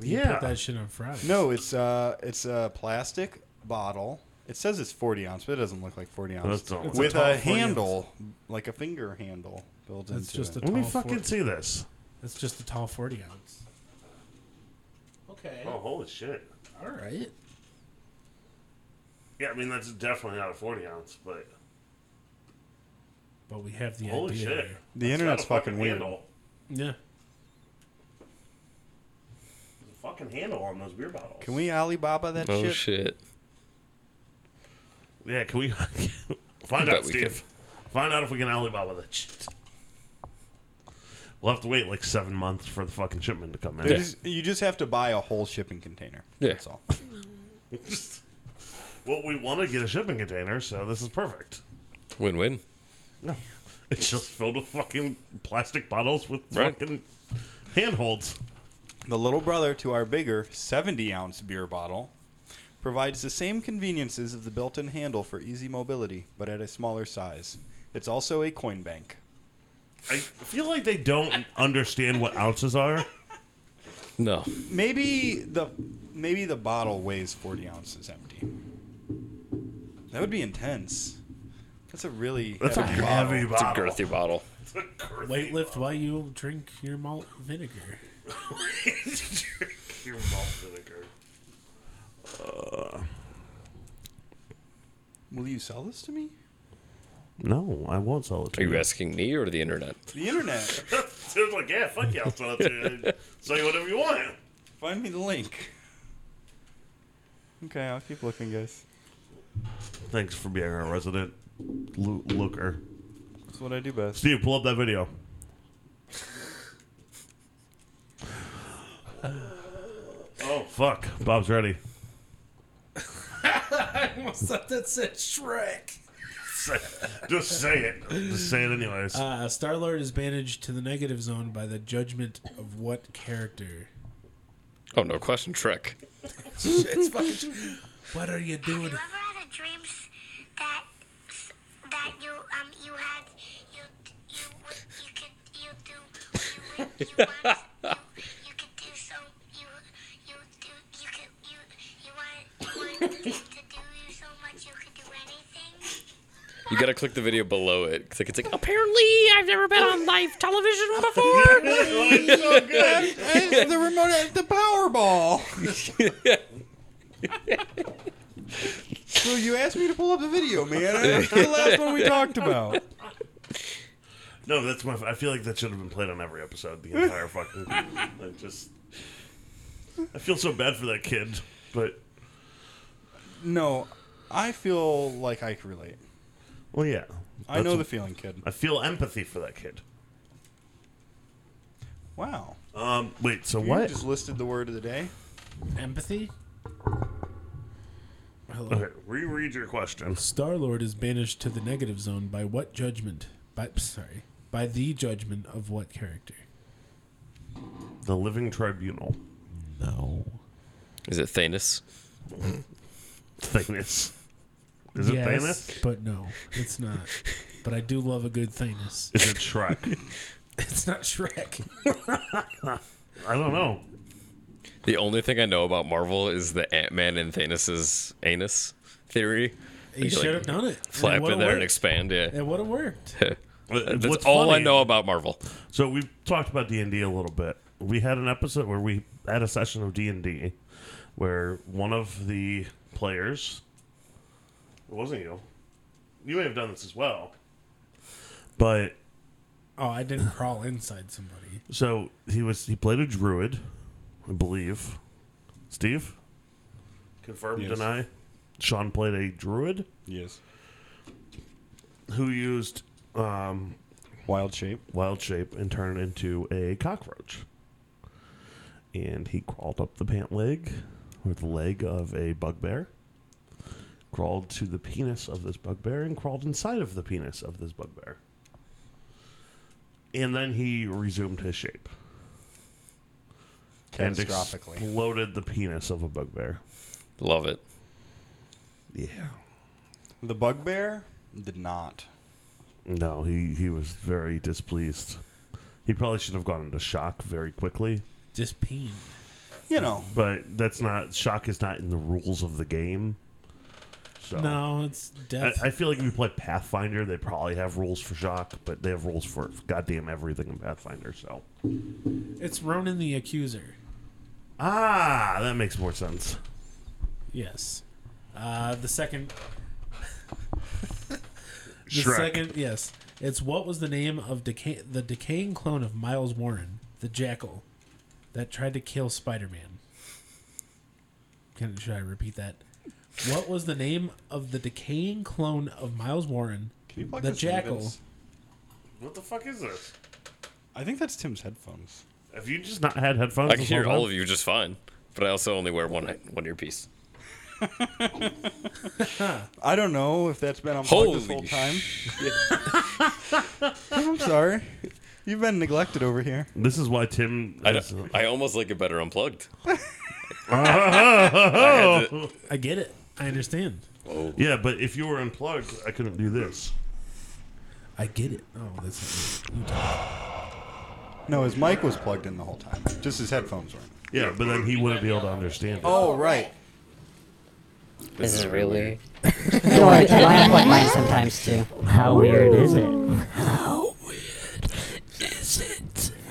You yeah. Put that shit on fries. No, it's uh, it's a plastic bottle. It says it's 40 ounce, but it doesn't look like 40 ounce. That's all. It's With a tall a 40 handle, like a finger handle built That's into just a it. tall Let me fucking 40 see this. That's just a tall forty ounce. Okay. Oh, holy shit. All right. Yeah, I mean, that's definitely not a 40 ounce, but But we have the holy idea. shit. here. The It's got internet's a fucking fucking weird. Handle. Yeah. There's a fucking handle on those beer bottles. Can we Alibaba that Oh shit? shit. Yeah, can we find I out, bet we can. Steve? Find out if we can Alibaba that shit. We'll have to wait like seven months for the fucking shipment to come in. You just- you just have to buy a whole shipping container. Yeah. That's all. Well, we want to get a shipping container, so this is perfect. Win win. No. It's just filled with fucking plastic bottles with Right. fucking handholds. The little brother to our bigger 70 ounce beer bottle provides the same conveniences of the built in handle for easy mobility, but at a smaller size. It's also a coin bank. I feel like they don't understand what ounces are. No. Maybe the maybe the bottle weighs 40 ounces empty. That would be intense. That's a really That's a heavy bottle. heavy It's a bottle. girthy bottle. It's a girthy Weightlift while you drink your malt vinegar. Your malt vinegar. Will you sell this to me? No, I won't sell it to Are you asking me or the internet? The internet. So it's like, yeah, fuck yeah, I'll sell it to you. Sell you whatever you want. Find me the link. Okay, I'll keep looking, guys. Thanks for being our resident lo- looker. That's what I do best. Steve, pull up that video. oh, fuck. Bob's ready. that said Shrek. Just say it. Just say it anyways. Uh, Star Lord is bandaged to the negative zone by the judgment of what character? Oh no question, Trek. What are you doing? You ever had a dream that that you um you had you you you could you do you you, want, you you could do so you you do you could you you want, want to do so much you could do anything. You gotta click the video below it. Cause like, it's like apparently I've never been on live television before. so good. the remote, the Powerball. so you asked me to pull up the video, man. That's the last one we talked about. No, that's my. I feel like that should have been played on every episode. The entire fucking. like just. I feel so bad for that kid, but No, I feel like I can relate. well, yeah. I know the That's- feeling, kid. I feel empathy for that kid. Wow. Um, wait. So You what? just listed the word of the day. Empathy? Hello. Okay, reread your question. Star Lord is banished to the negative zone by what judgment? By sorry, by the judgment of what character? The Living Tribunal. No. Is it Thanos? Thanos. Is it Thanos? But no, it's not. but I do love a good Thanos. Is it Shrek? It's not Shrek. I don't know. The only thing I know about Marvel is the Ant Man and Thanos's anus theory. He Like, should have done it. Flap It would've in there and worked. expand. Yeah. It would have worked. That's What's all I funny- know about Marvel. So we've talked about D and D a little bit. We had an episode where we had a session of D and D, where one of the players, it wasn't you. You may have done this as well, but Oh, I didn't crawl inside somebody. So he was he played a druid I believe. Steve? Confirm, Yes. deny? Sean played a druid Yes. who used um, Wild shape. wild shape and turned it into a cockroach. And he crawled up the pant leg, or the leg of a bugbear, crawled to the penis of this bugbear, and crawled inside of the penis of this bugbear. And then he resumed his shape. and Catastrophically. Exploded the penis of a bugbear. Love it. Yeah. The bugbear did not. No, he, he was very displeased. He probably should have gone into shock very quickly. Just peen. You know, But that's not shock is not in the rules of the game. So No, it's I, death. I feel like if you play Pathfinder, they probably have rules for shock, but they have rules for goddamn everything in Pathfinder. So it's Ronan the Accuser. ah, that makes more sense. Yes. Uh, the second. the Shrek. second, yes. It's what was the name of deca- the decaying clone of Miles Warren, the Jackal, that tried to kill Spider-Man? Can should I repeat that? What was the name of the decaying clone of Miles Warren, Can you plug the this into Jackal? this? What the fuck is this? I think that's Tim's headphones. Have you just not had headphones? I can hear all of you just fine, but I also only wear one one earpiece. I don't know if that's been on this whole Holy time. I'm sorry. You've been neglected over here. This is why Tim. I, don't- I almost like it better unplugged. I get it. I understand. yeah, but if you were unplugged, I couldn't do this. I get it. Oh, that's you talk. No, his mic was plugged in the whole time. Just his headphones were. Yeah, but then he wouldn't be able to understand. It. Oh right. This is really. No, I, I unplug mine sometimes too. How weird is it?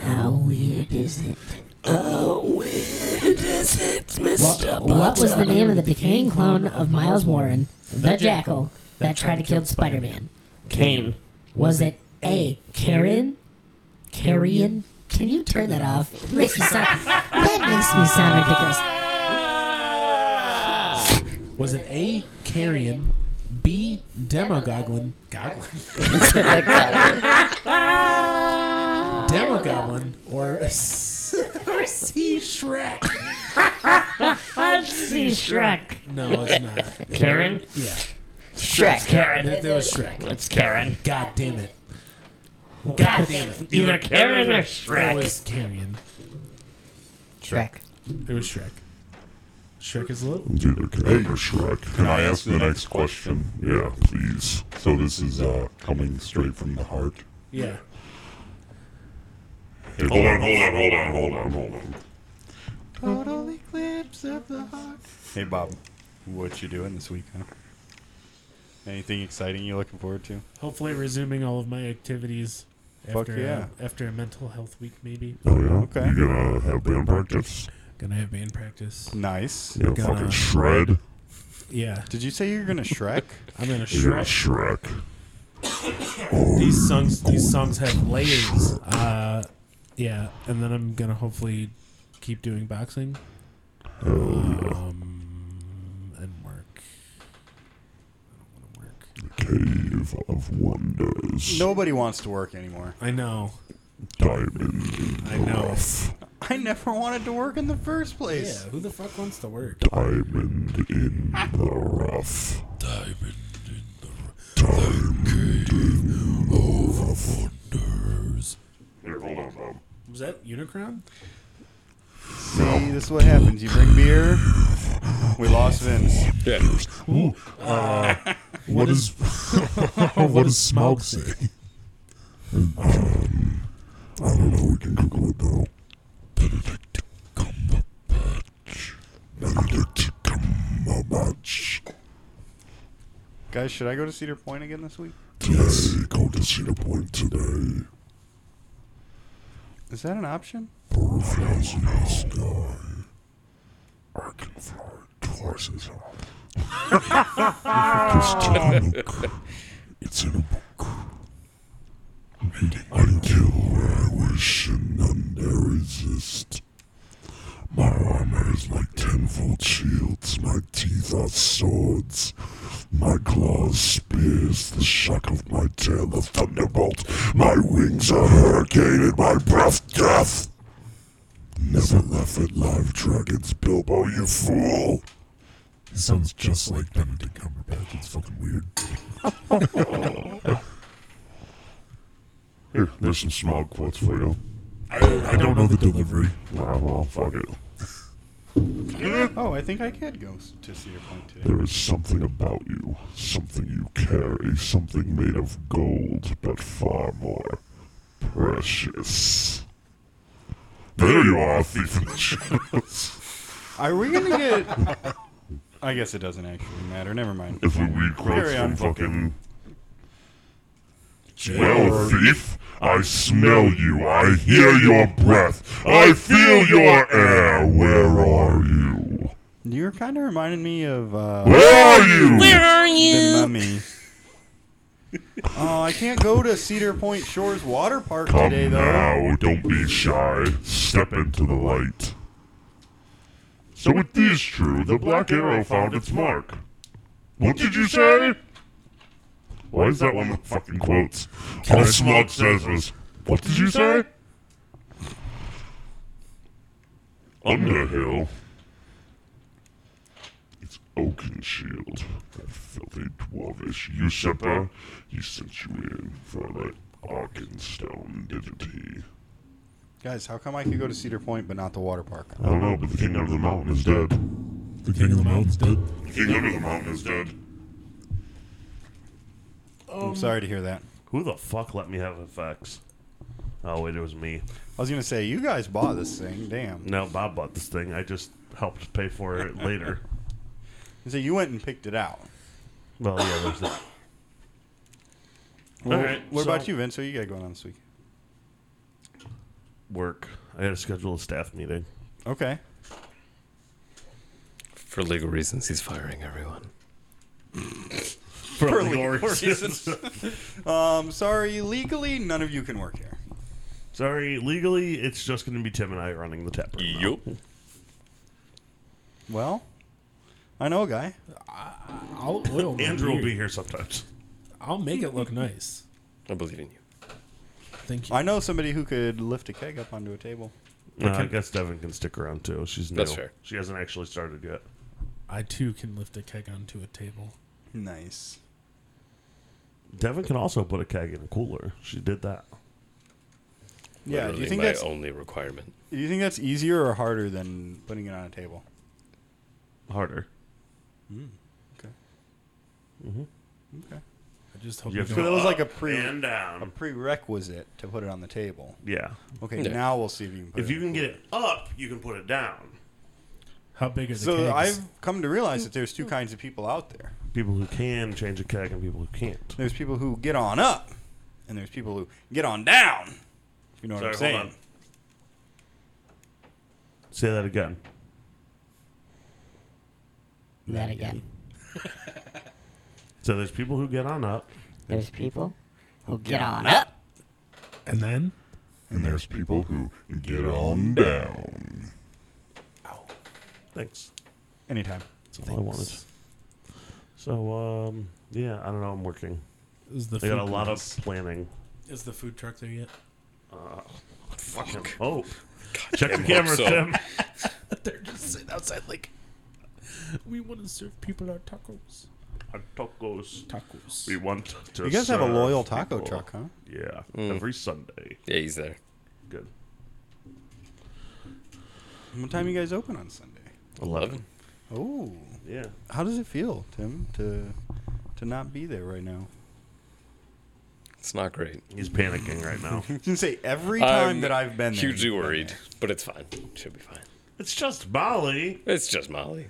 How weird is it? How weird is it? Oh, weird is it, Mr. What, what was the name of the decaying clone of Miles Warren, the jackal, that tried to kill Spider Man? Kane. Was it A. Karen? Carrion? Can you turn that off? It makes me sound, that makes me sound ridiculous. Was it A. Carrion, B. Demogoglin, Goglin, Demogoblin, or or C. Shrek? See Shrek. No, it's not. Karen? Yeah, Shrek. Karen. that, that was Shrek. It's Karen. God damn it, God damn it. Either Karen or that Shrek. was Carrion. Shrek. It was Shrek. Shrek is little. Either Kane or Shrek. Can I ask the next question? Yeah, please. So this is uh, coming straight from the heart. Yeah. Hey, hold on, hold on, hold on, hold on, hold on. Hey Bob, what you doing this weekend? Anything exciting you looking forward to? Hopefully, resuming all of my activities Fuck after yeah. a, after a mental health week, maybe. Oh yeah. Okay. You gonna have band practice? Gonna have band practice. Nice. You gonna Gonna- fucking shred? Yeah, Did you say you're gonna Shrek? I'm gonna You gonna Shrek. Shrek? these songs these songs have layers uh yeah and then i'm gonna hopefully keep doing boxing um and work i don't want to work Cave of Wonders. Nobody wants to work anymore. i know Diamond. i know I never wanted to work in the first yeah place. who the fuck wants to work Diamond in the rough. Diamond in the Here, hold on, Bob. was that unicron See, this is what happens. You bring beer. We lost Vince. Yeah. What is what does Smaug say? um, I don't know. We can Google it though. Benedict Cumberbatch. Benedict Cumberbatch. Guys, should I go to Cedar Point again this week? Today, go to Cedar Point today. Is that an option? Butterflies in the sky. I can fly twice as high. if it gets to look, it's in a book. Reading. I can kill where I wish and none dare resist. My fold shields, my teeth are swords, my claws spears, the shock of my tail a thunderbolt, my wings a hurricane, and my breath death. Never laugh at live dragons, Bilbo, you fool! He sounds just like Benedict Cumberbatch, it's fucking weird. Here, there's some small quotes for you. I, I don't know the delivery. Well, well, fuck it. oh, I think I could go s- to Cedar Point today. There is something about you, something you carry, something made of gold, but far more precious. There you are, thief in the shadows. Are we gonna get? I guess it doesn't actually matter. Never mind. If we read quotes Carry on. from fucking. Well, thief, I smell you, I hear your breath, I feel your air. Where are you? You're kind of reminding me of. Uh, Where are you? Where are you? The mummy. oh, I can't go to Cedar Point Shores Water Park Come today though. now, Oh, don't be shy. Step into the light. So it is true, the black arrow found its mark. What did you say? Why is that one of the fucking quotes? All Smug says was, What did you say? Underhill. It's Oakenshield, that filthy dwarfish usurper. He sent you in for that Arkenstone, didn't he? Guys, how come I could go to Cedar Point but not the water park? I don't know, Oh, but the king under the mountain is dead. The king of the mountain's dead? The king under the mountain is dead. I'm sorry to hear that. Who the fuck let me have effects? Oh, wait, it was me. I was gonna say you guys bought this thing. Damn. No, Bob bought this thing. I just helped pay for it later. So you went and picked it out. Well, yeah, there's that. Well, All right, what so- about you, Vince? What you got going on this week? Work. I had to schedule a staff meeting. Okay. For legal reasons, he's firing everyone. For, um, sorry, legally none of you can work here. Sorry, legally, it's just going to be Tim and I running the tap room. now. Well, I know a guy. I'll oil my Andrew will beard. be here sometimes. I'll make it look nice. I believe in you. Thank you. I know somebody who could lift a keg up onto a table. Uh, I guess Devin can stick around too. She's new. That's fair. She hasn't actually started yet. I too can lift a keg onto a table. Nice. Devin can also put a keg in a cooler. She did that. Yeah. Do you Literally think my that's only requirement. do you think that's easier or harder than putting it on a table? Harder. Okay. Mhm. Okay. I just hope You you have to So don't. that was like a Up pre and down. a prerequisite to put it on the table. Yeah. Okay. Yeah. Now we'll see if you can. Put If it you can get it up, you can put it down. How big are the So kegs? I've come to realize that there's two kinds of people out there. People who can change a keg and people who can't. There's people who get on up, and there's people who get on down. If you know what I'm Sorry, saying. hold on. Say that again. That again. So there's people who get on up. There's people who get on up. And then And there's people who get on down. Thanks. Anytime. That's all I wanted. So um, yeah, I don't know. I'm working. is the I got a food- lot of planning. Is the food truck there yet? Fucking hope. Oh, Check the cameras, so. Tim. They're just sitting outside like we want to serve people our tacos. Our uh, tacos. Tacos. We want to. You guys have a serve loyal taco people. truck, Mm. huh? Yeah, every Sunday. Yeah, he's there. Good. What time you guys open on Sunday? Eleven. Oh, Yeah. how does it feel, Tim, to to not be there right now? It's not great. He's panicking right now. I was gonna say every time I'm that I've been there, hugely you've been worried, there. but it's fine. Should be fine. it's just Molly. It's just Molly.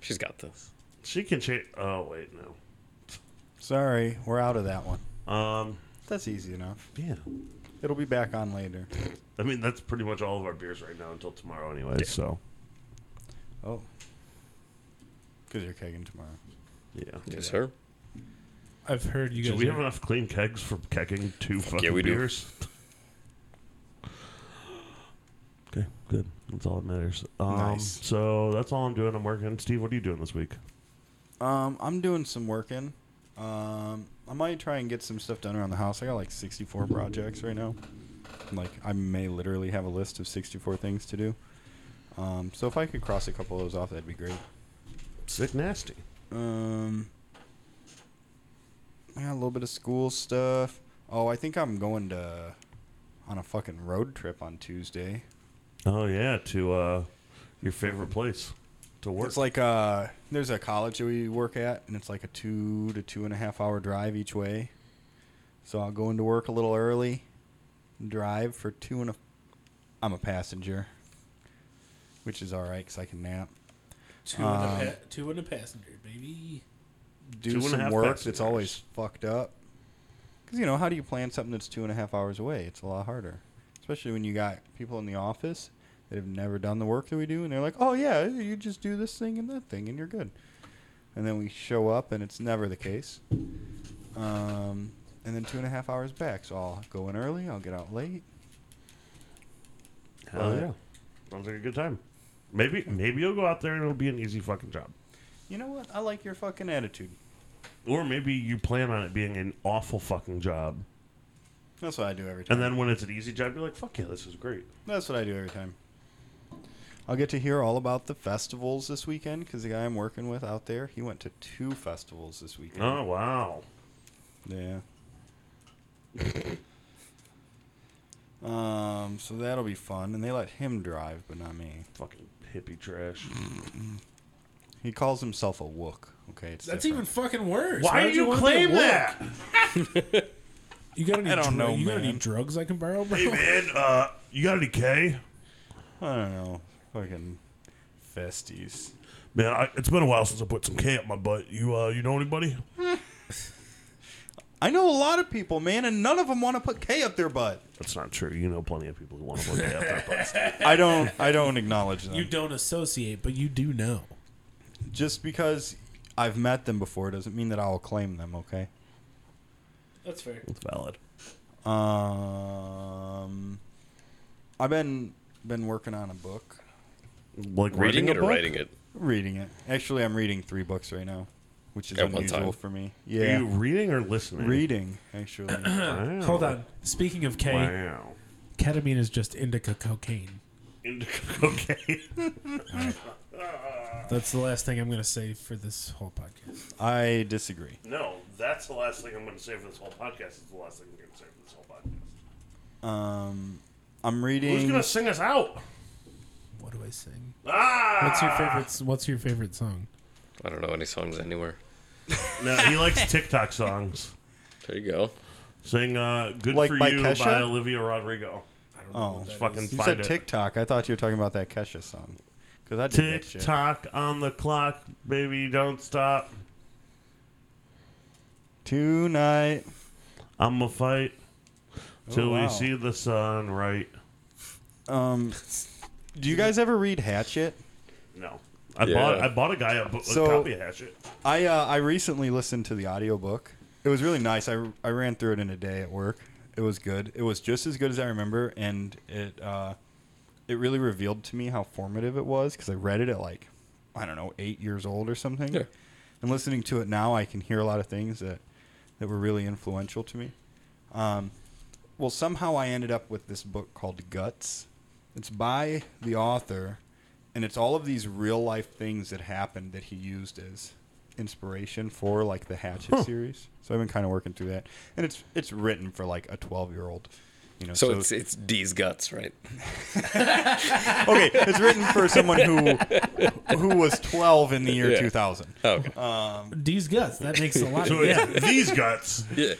She's got this. She can change. Oh wait, no. Sorry, we're out of that one. Um. That's easy enough. Yeah. It'll be back on later. I mean, that's pretty much all of our beers right now until tomorrow, anyway. So. Oh, because you're kegging tomorrow. Yeah. Yes, sir. I've heard you Do guys. we have are- enough clean kegs for kegging two fucking we do. beers? okay, good. That's all that matters. Um, Nice. So that's all I'm doing. I'm working. Steve, what are you doing this week? Um, I'm doing some working. Um, I might try and get some stuff done around the house. I got like 64 projects right now. Like I may literally have a list of 64 things to do. Um, so if I could cross a couple of those off, that'd be great. Sick nasty. Um, I got a little bit of school stuff. Oh, I think I'm going to on a fucking road trip on Tuesday. Oh yeah, to uh, your favorite place to work. It's like uh, there's a college that we work at, and it's like a two to two and a half hour drive each way. So I'll go into work a little early, drive for two and a. I'm a passenger, which is all right because I can nap. Two, and Um, a pa- two and a passenger, baby. do Two and a some half work passengers. that's always fucked up. Because you know, how do you plan something that's two and a half hours away? It's a lot harder, especially when you got people in the office that have never done the work that we do, and they're like, "Oh yeah, you just do this thing and that thing, and you're good." And then we show up, and it's never the case. Um, and then two and a half hours back, so I'll go in early. I'll get out late. Hell But yeah, sounds like a good time. Maybe maybe you'll go out there and it'll be an easy fucking job, You know what? I like your fucking attitude. or maybe you plan on it being an awful fucking job, That's what I do every time. and then when it's an easy job, you're like, fuck yeah, this is great. That's what I do every time. I'll get to hear all about the festivals this weekend because the guy I'm working with out there, he went to two festivals this weekend. Oh wow, Yeah. um, so that'll be fun. And they let him drive, but not me. fucking hippie trash. He calls himself a wook. Okay, it's That's even different. fucking worse. Why would do you wanna be claim a woman? that? You got any? I don't dru- know, You got any man. drugs I can borrow, bro? Hey man, uh, you got any K? I don't know. Fucking festies. Man, I, it's been a while since I put some K up my butt. You uh, you know anybody? I know a lot of people, man, and none of them want to put K up their butt. That's not true. You know plenty of people who want to put K up their butts. I don't. I don't acknowledge them. You don't associate, but you do know. Just because I've met them before doesn't mean that I'll claim them. Okay. That's fair. It's valid. Um, I've been been working on a book, Like Reading, reading, it a or book? writing it? reading it. Actually, I'm reading three books right now, which is At one unusual time. for me. Are Yeah, you reading or listening? reading actually. Wow. Hold on. Speaking of K, Wow. ketamine is just indica cocaine. Indica- Okay. That's the last thing I'm going to say for this whole podcast. I disagree. no, that's the last thing I'm going to say for this whole podcast. Is the last thing I'm going to say for this whole podcast. Um, I'm Who's reading. going to sing us out? What do I sing? Ah! What's your favorite? What's your favorite song? I don't know any songs anywhere. No, he likes TikTok songs. There you go. Sing uh, "Good Like for by You" Kesha? by Olivia Rodrigo. Oh, Just fucking you find said it. TikTok. I thought you were talking about that Kesha song. Because I did that shit. TikTok on the clock, baby, don't stop. Tonight. I'm gonna fight till Oh, wow. we see the sun. Right? Um, do you guys ever read Hatchet? No, I Yeah. bought I bought a guy a, bo- a So- copy of Hatchet. I uh, I recently listened to the audiobook. It was really nice. I, I ran through it in a day at work. It was good. It was just as good as I remember, and it uh, it really revealed to me how formative it was because I read it at like I don't know eight years old or something. Yeah. And listening to it now, I can hear a lot of things that that were really influential to me. Um, well, somehow I ended up with this book called Guts. It's by the author, and it's all of these real life things that happened that he used as inspiration for like the Hatchet series. So I've been kind of working through that, and it's it's written for like a twelve year old. You know, So, it's it's D's guts, right? okay. It's written for someone who who was twelve in the year Yeah. two thousand. Oh, okay. D's guts. That makes a lot So of yeah. it's these guts. yeah.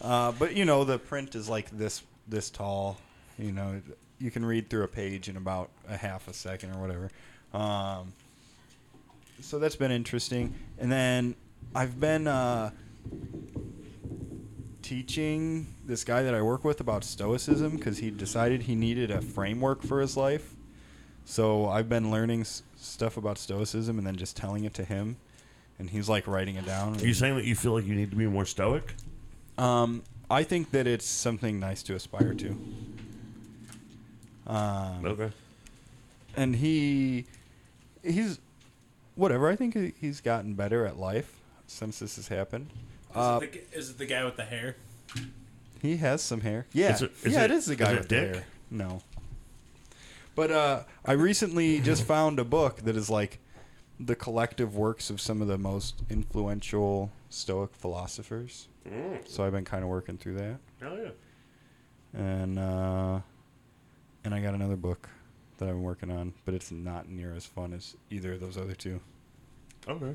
Uh, but you know, the print is like this this tall. You know, you can read through a page in about a half a second or whatever. Um, so that's been interesting. And then I've been uh, teaching this guy that I work with about stoicism because he decided he needed a framework for his life. So I've been learning s- stuff about stoicism and then just telling it to him, and he's like writing it down. Are you saying that you feel like you need to be more stoic? Um, I think that it's something nice to aspire to. Um, Okay. and he he's whatever. I think he- he's gotten better at life since this has happened. Uh, is, it the, is it the guy with the hair? he has some hair. Yeah, Is it- is yeah, it- it is the guy is it with the Dick? hair. No, but uh, I recently just found a book that is like the collective works of some of the most influential Stoic philosophers. Mm. So I've been kind of working through that Hell yeah. and uh, and I got another book that I'm working on, but it's not near as fun as either of those other two. Okay.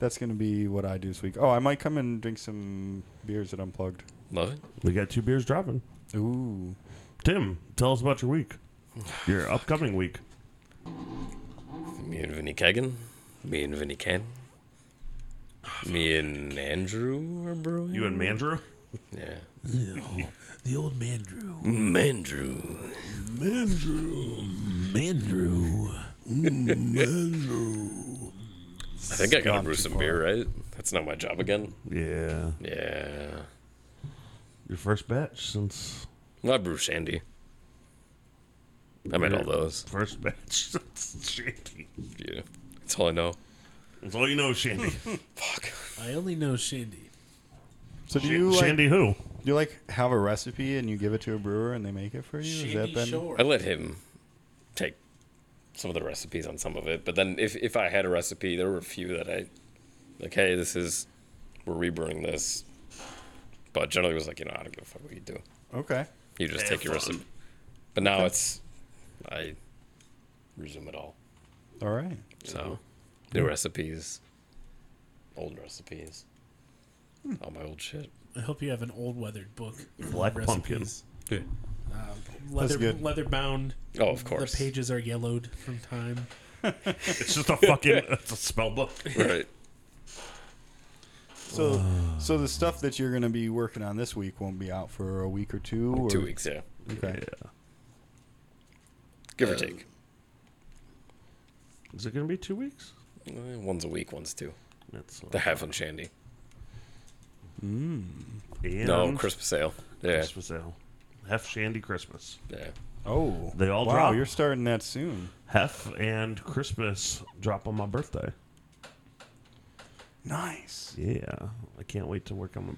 That's gonna be what I do this week. Oh, I might come and drink some beers at Unplugged. Love it. We got two beers dropping. Ooh. Tim, tell us about your week. Your upcoming week. Me and Vinny Kagan. Me and Vinny Ken. Me and Andrew are brewing. You and Mandrew? Yeah. The old Mandrew. Mandrew. Mandrew. Mandrew. Mandrew. I think I gotta brew some beer, right? That's not my job again. Yeah. Yeah. Your first batch since. Well, I brew shandy. I made all Your those. First batch since Shandy. Yeah. That's all I know. That's all you know, Shandy. I only know Shandy. So do Sh- you like, Shandy who? Do you like have a recipe and you give it to a brewer and they make it for you? Has that been I let him take some of the recipes on some of it, but then if if I had a recipe, there were a few that I like. Hey, this is we're rebrewing this, but generally it was like you know I don't give a fuck what you do. okay? You just Have take your fun. recipe. But now it's I resume it all. All right. So new recipes, old recipes, all my old shit. I hope you have an old weathered book. of Black pumpkin. recipes. Um, leather, good. leather bound. Oh, of course. The pages are yellowed from time. It's just a fucking. it's a spell book. Right. So so the stuff that you're gonna be working on this week won't be out for a week or two. Or, Two weeks, yeah, Okay. Yeah. give or take. Is it going to be two weeks? Eh, One's a week, one's two. That's The half and shandy. and No, Christmas sale. Yeah, Christmas ale. Hef Shandy Christmas. yeah. Oh, They all wow! drop. You're starting that soon. Hef and Christmas drop on my birthday. Nice. Yeah. I can't wait to work on my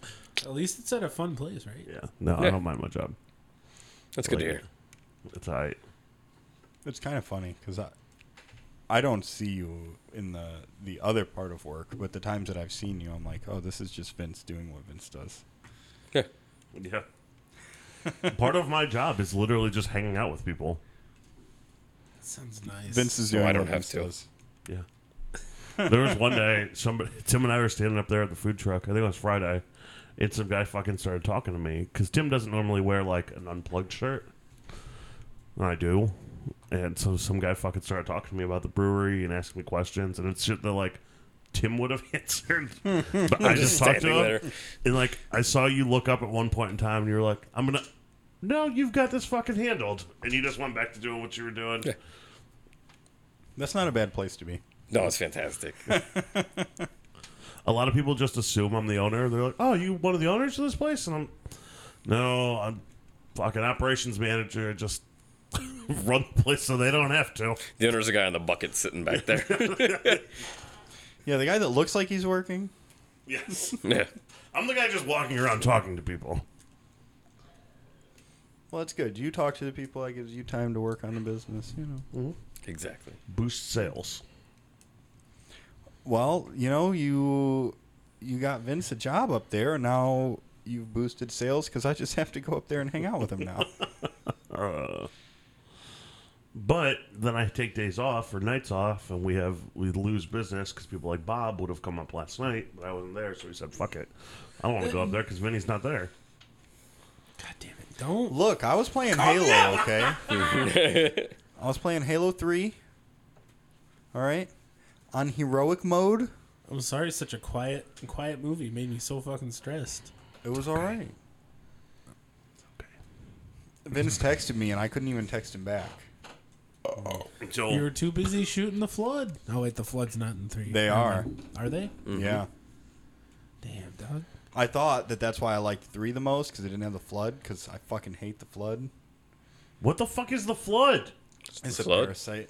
birthday. At least it's at a fun place, right? Yeah. No, I Yeah. don't mind my job. That's good to Like- hear. It's all right. It's kind of funny because I, I don't see you in the the other part of work, but the times that I've seen you, I'm like, oh, this is just Vince doing what Vince does. Yeah. Yeah. Part of my job is literally just hanging out with people. That sounds nice. Vince is No, doing. I don't what have Vince to. Does. Yeah. There was one day somebody Tim and I were standing up there at the food truck. I think it was Friday, and some guy fucking started talking to me because Tim doesn't normally wear like an unplugged shirt. And I do, and so some guy fucking started talking to me about the brewery and asking me questions, and it's shit that like Tim would have answered, but I just talked to standing him, and like I saw you look up at one point in time, and you were like, "I'm gonna." No, you've got this fucking handled, and you just went back to doing what you were doing. Yeah. That's not a bad place to be. No, it's fantastic. a lot of people just assume I'm the owner. They're like, "Oh, you one of the owners of this place?" And I'm, no, I'm fucking operations manager. Just run the place so they don't have to. the owner's a guy on the bucket sitting back there. Yeah, the guy that looks like he's working. Yes, yeah. I'm the guy just walking around talking to people. Well, that's good. You talk to the people. That gives you time to work on the business. You know. Exactly. Boost sales. Well, you know you you got Vince a job up there, and now you've boosted sales because I just have to go up there and hang out with him now. But then I take days off or nights off, and we have we lose business because people like Bob would have come up last night, but I wasn't there, so he said, "Fuck it, I don't want to go up there because Vinny's not there." God damn it. Don't. Look, I was playing Halo, okay? I was playing Halo 3. All right. On heroic mode, I'm sorry, it's such a quiet quiet movie made me so fucking stressed. it was all right. Vince texted me and I couldn't even text him back. So Oh. You were too busy shooting the flood. Oh, wait, the flood's not in three. They Mm. Mm-hmm. Never are. mind. Are they? Yeah. Damn, dog. I thought that that's why I liked three the most because it didn't have the flood because I fucking hate the flood. What the fuck is the flood? It's a parasite.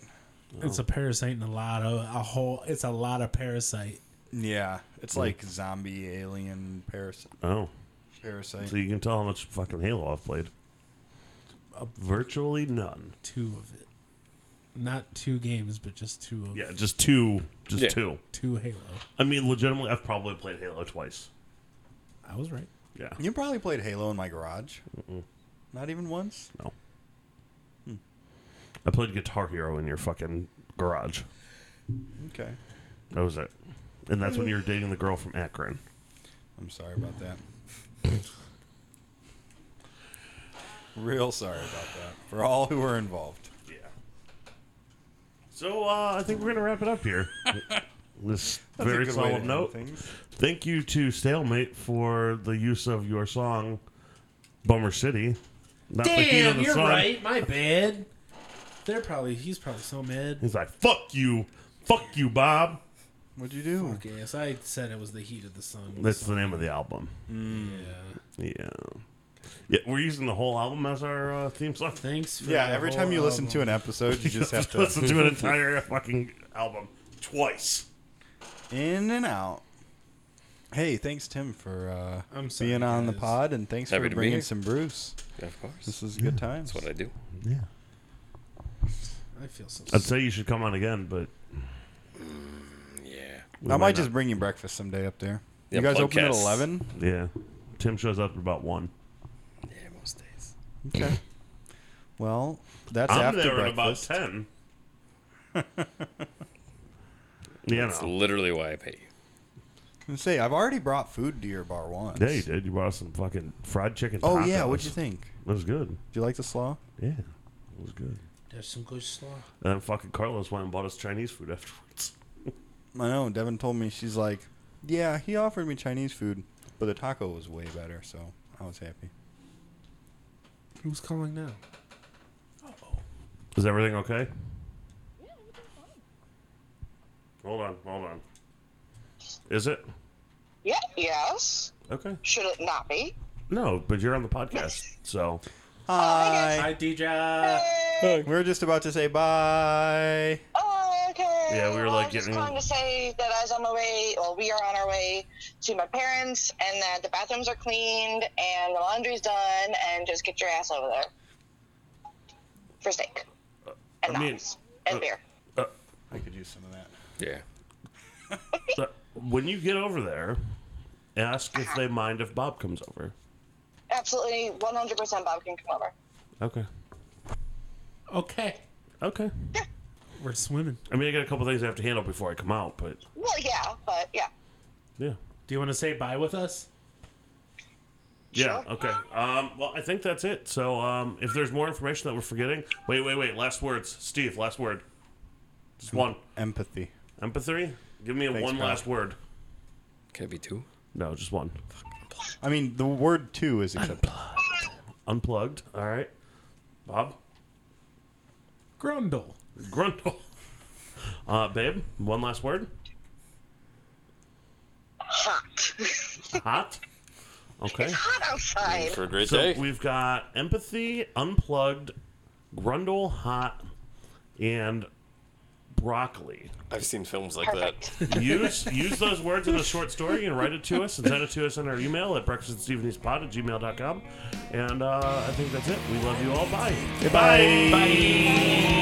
Oh. It's a parasite and a lot of a whole. It's a lot of parasite. Yeah, Mm. it's like zombie alien parasite. Oh. parasite. So you can tell how much fucking Halo I've played. Uh, Virtually none. Two of it. Not two games, but just two of Yeah, just two. Just Yeah. two. Two Halo. I mean, legitimately, I've probably played Halo twice. I was right. Yeah. You probably played Halo in my garage. Not even once. No. I played Guitar Hero in your fucking garage. Okay. That was it. And that's when you were dating the girl from Akron. I'm sorry about that. Real sorry about that for all who were involved. Yeah. So uh, I think we're gonna wrap it up here. this That's a good very way to solemn end note. things. Thank you to Stalemate for the use of your song, "Bummer City." Not like you know Damn, the you're song. right. My bad. They're probably. He's probably so mad. He's like, "Fuck you, fuck you, Bob." What'd you do? Fuck yes, I said it was the heat of the sun. That's the name of the album. Mm. Yeah. Yeah, we're using the whole album as our uh, theme song. Thanks. For Yeah, every time you listen to an episode, you just have to listen to an entire fucking album twice. in and out. Hey, thanks Tim for uh, I'm sorry, being on the guys. pod, and thanks Happy to for be bringing here. some Bruce. Yeah, of course. This was a good time. That's what I do. Yeah. I feel so. I'd say you should come on again, but Yeah. we I might not. just bring you breakfast someday up there. Yeah, you guys plug open at cast. eleven. Yeah. Tim shows up at about one. Yeah, most days. Okay. Mm-hmm. Well, that's I'm after there breakfast. at about ten. yeah, That's no. literally why I pay you. And Say, I've already brought food to your bar once. Yeah, you did. You brought us some fucking fried chicken. Oh yeah, tacos. what'd you think? It was good. Did you like the slaw? Yeah, it was good. Mm-hmm. There's some good slaw. And then fucking Carlos went and bought us Chinese food afterwards. I know. Devin told me she's like, yeah, he offered me Chinese food, but the taco was way better, so I was happy. Who's calling now? Is everything okay? Hold on, hold on. Is it Yeah, yes. okay? Should it not be? No, but you're on the podcast, so Hi. Hi, Oh, DJ. We were just about to say bye. Oh, okay. Yeah, we were, well, like, I'm just getting- calling to say that I was on my way. Well, we are on our way to my parents, and that the bathrooms are cleaned and the laundry's done, and just get your ass over there for steak and I mean, knives and uh, beer. I could use some of that. Yeah. uh, when you get over there, ask if they mind if Bob comes over. Absolutely, 100% Bob can come over. Okay. Okay. Okay. We're swimming. I mean, I got a couple things I have to handle before I come out, but Well, yeah, but yeah. yeah. Do you want to say bye with us? Yeah, okay. Um, well, I think that's it. So um, if there's more information that we're forgetting, wait, wait, wait. Last words. Steve, last word. Just one. Empathy. Empathy? Give me a Thanks, one pal. last word. Can it be two? No, just one. I mean, the word two is acceptable. Unplugged. All right. Bob? Grundle. Grundle. Uh, babe, one last word. Hot. Hot? Okay. Hot outside. For a great So day. we've got empathy, unplugged, Grundle hot, and broccoli. I've seen films like Perfect. Use use those words in a short story and write it to us and send it to us in our email at breakfastandstephenespod at gmail.com. And uh, I think that's it. We love you all. Bye. Bye.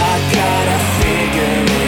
I gotta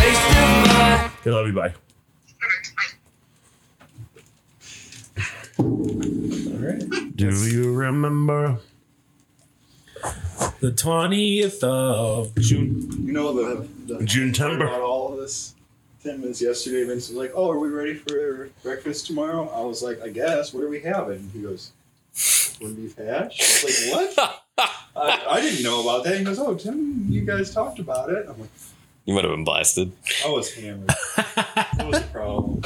I love you. Bye. Do you remember? The 20th of June. You know the, the June Timber. About all of this. Ten minutes yesterday, Vince was like, "Oh, are we ready for breakfast tomorrow?" I was like, "I guess." What are we having? He goes, "Corned beef hash." I was like, "What?" I, I didn't know about that. He goes, "Oh, Tim, you guys talked about it." I'm like, You might have been blasted. "I was hammered. that was a problem."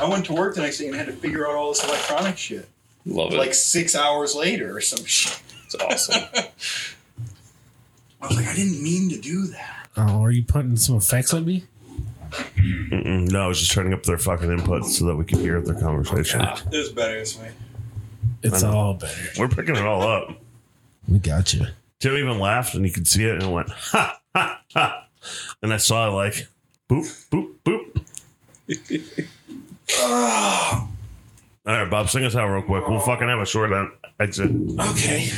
I went to work the next day and had to figure out all this electronic shit. Love it. Like six hours later or some shit. It's awesome. I was like, I didn't mean to do that. Oh, are you putting some effects on me? Mm-mm, Mm, no, I was just turning up their fucking inputs so that we could hear their conversation. It was better this way. It's all better. We're picking it all up. We got you. Tim even laughed and he could see it and went, ha, ha, ha. And I saw like, boop, boop, boop. all right, Bob, sing us out real quick. We'll fucking have a short end. exit. Okay.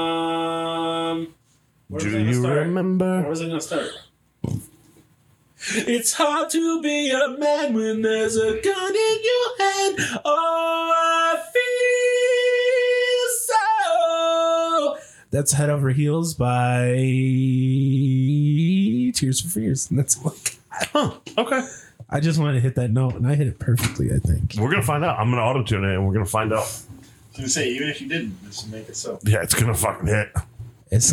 Um, where was I Do gonna you start? remember? Where was I going to start? It's hard to be a man when there's a gun in your hand. Oh, I feel so. That's Head Over Heels by Tears for Fears. And that's all I got. Okay. I just wanted to hit that note, and I hit it perfectly, I think. We're going to find out. I'm going to auto tune it and we're going to find out. I was gonna say, even if you didn't, this would make it so. Yeah, it's going to fucking hit. It's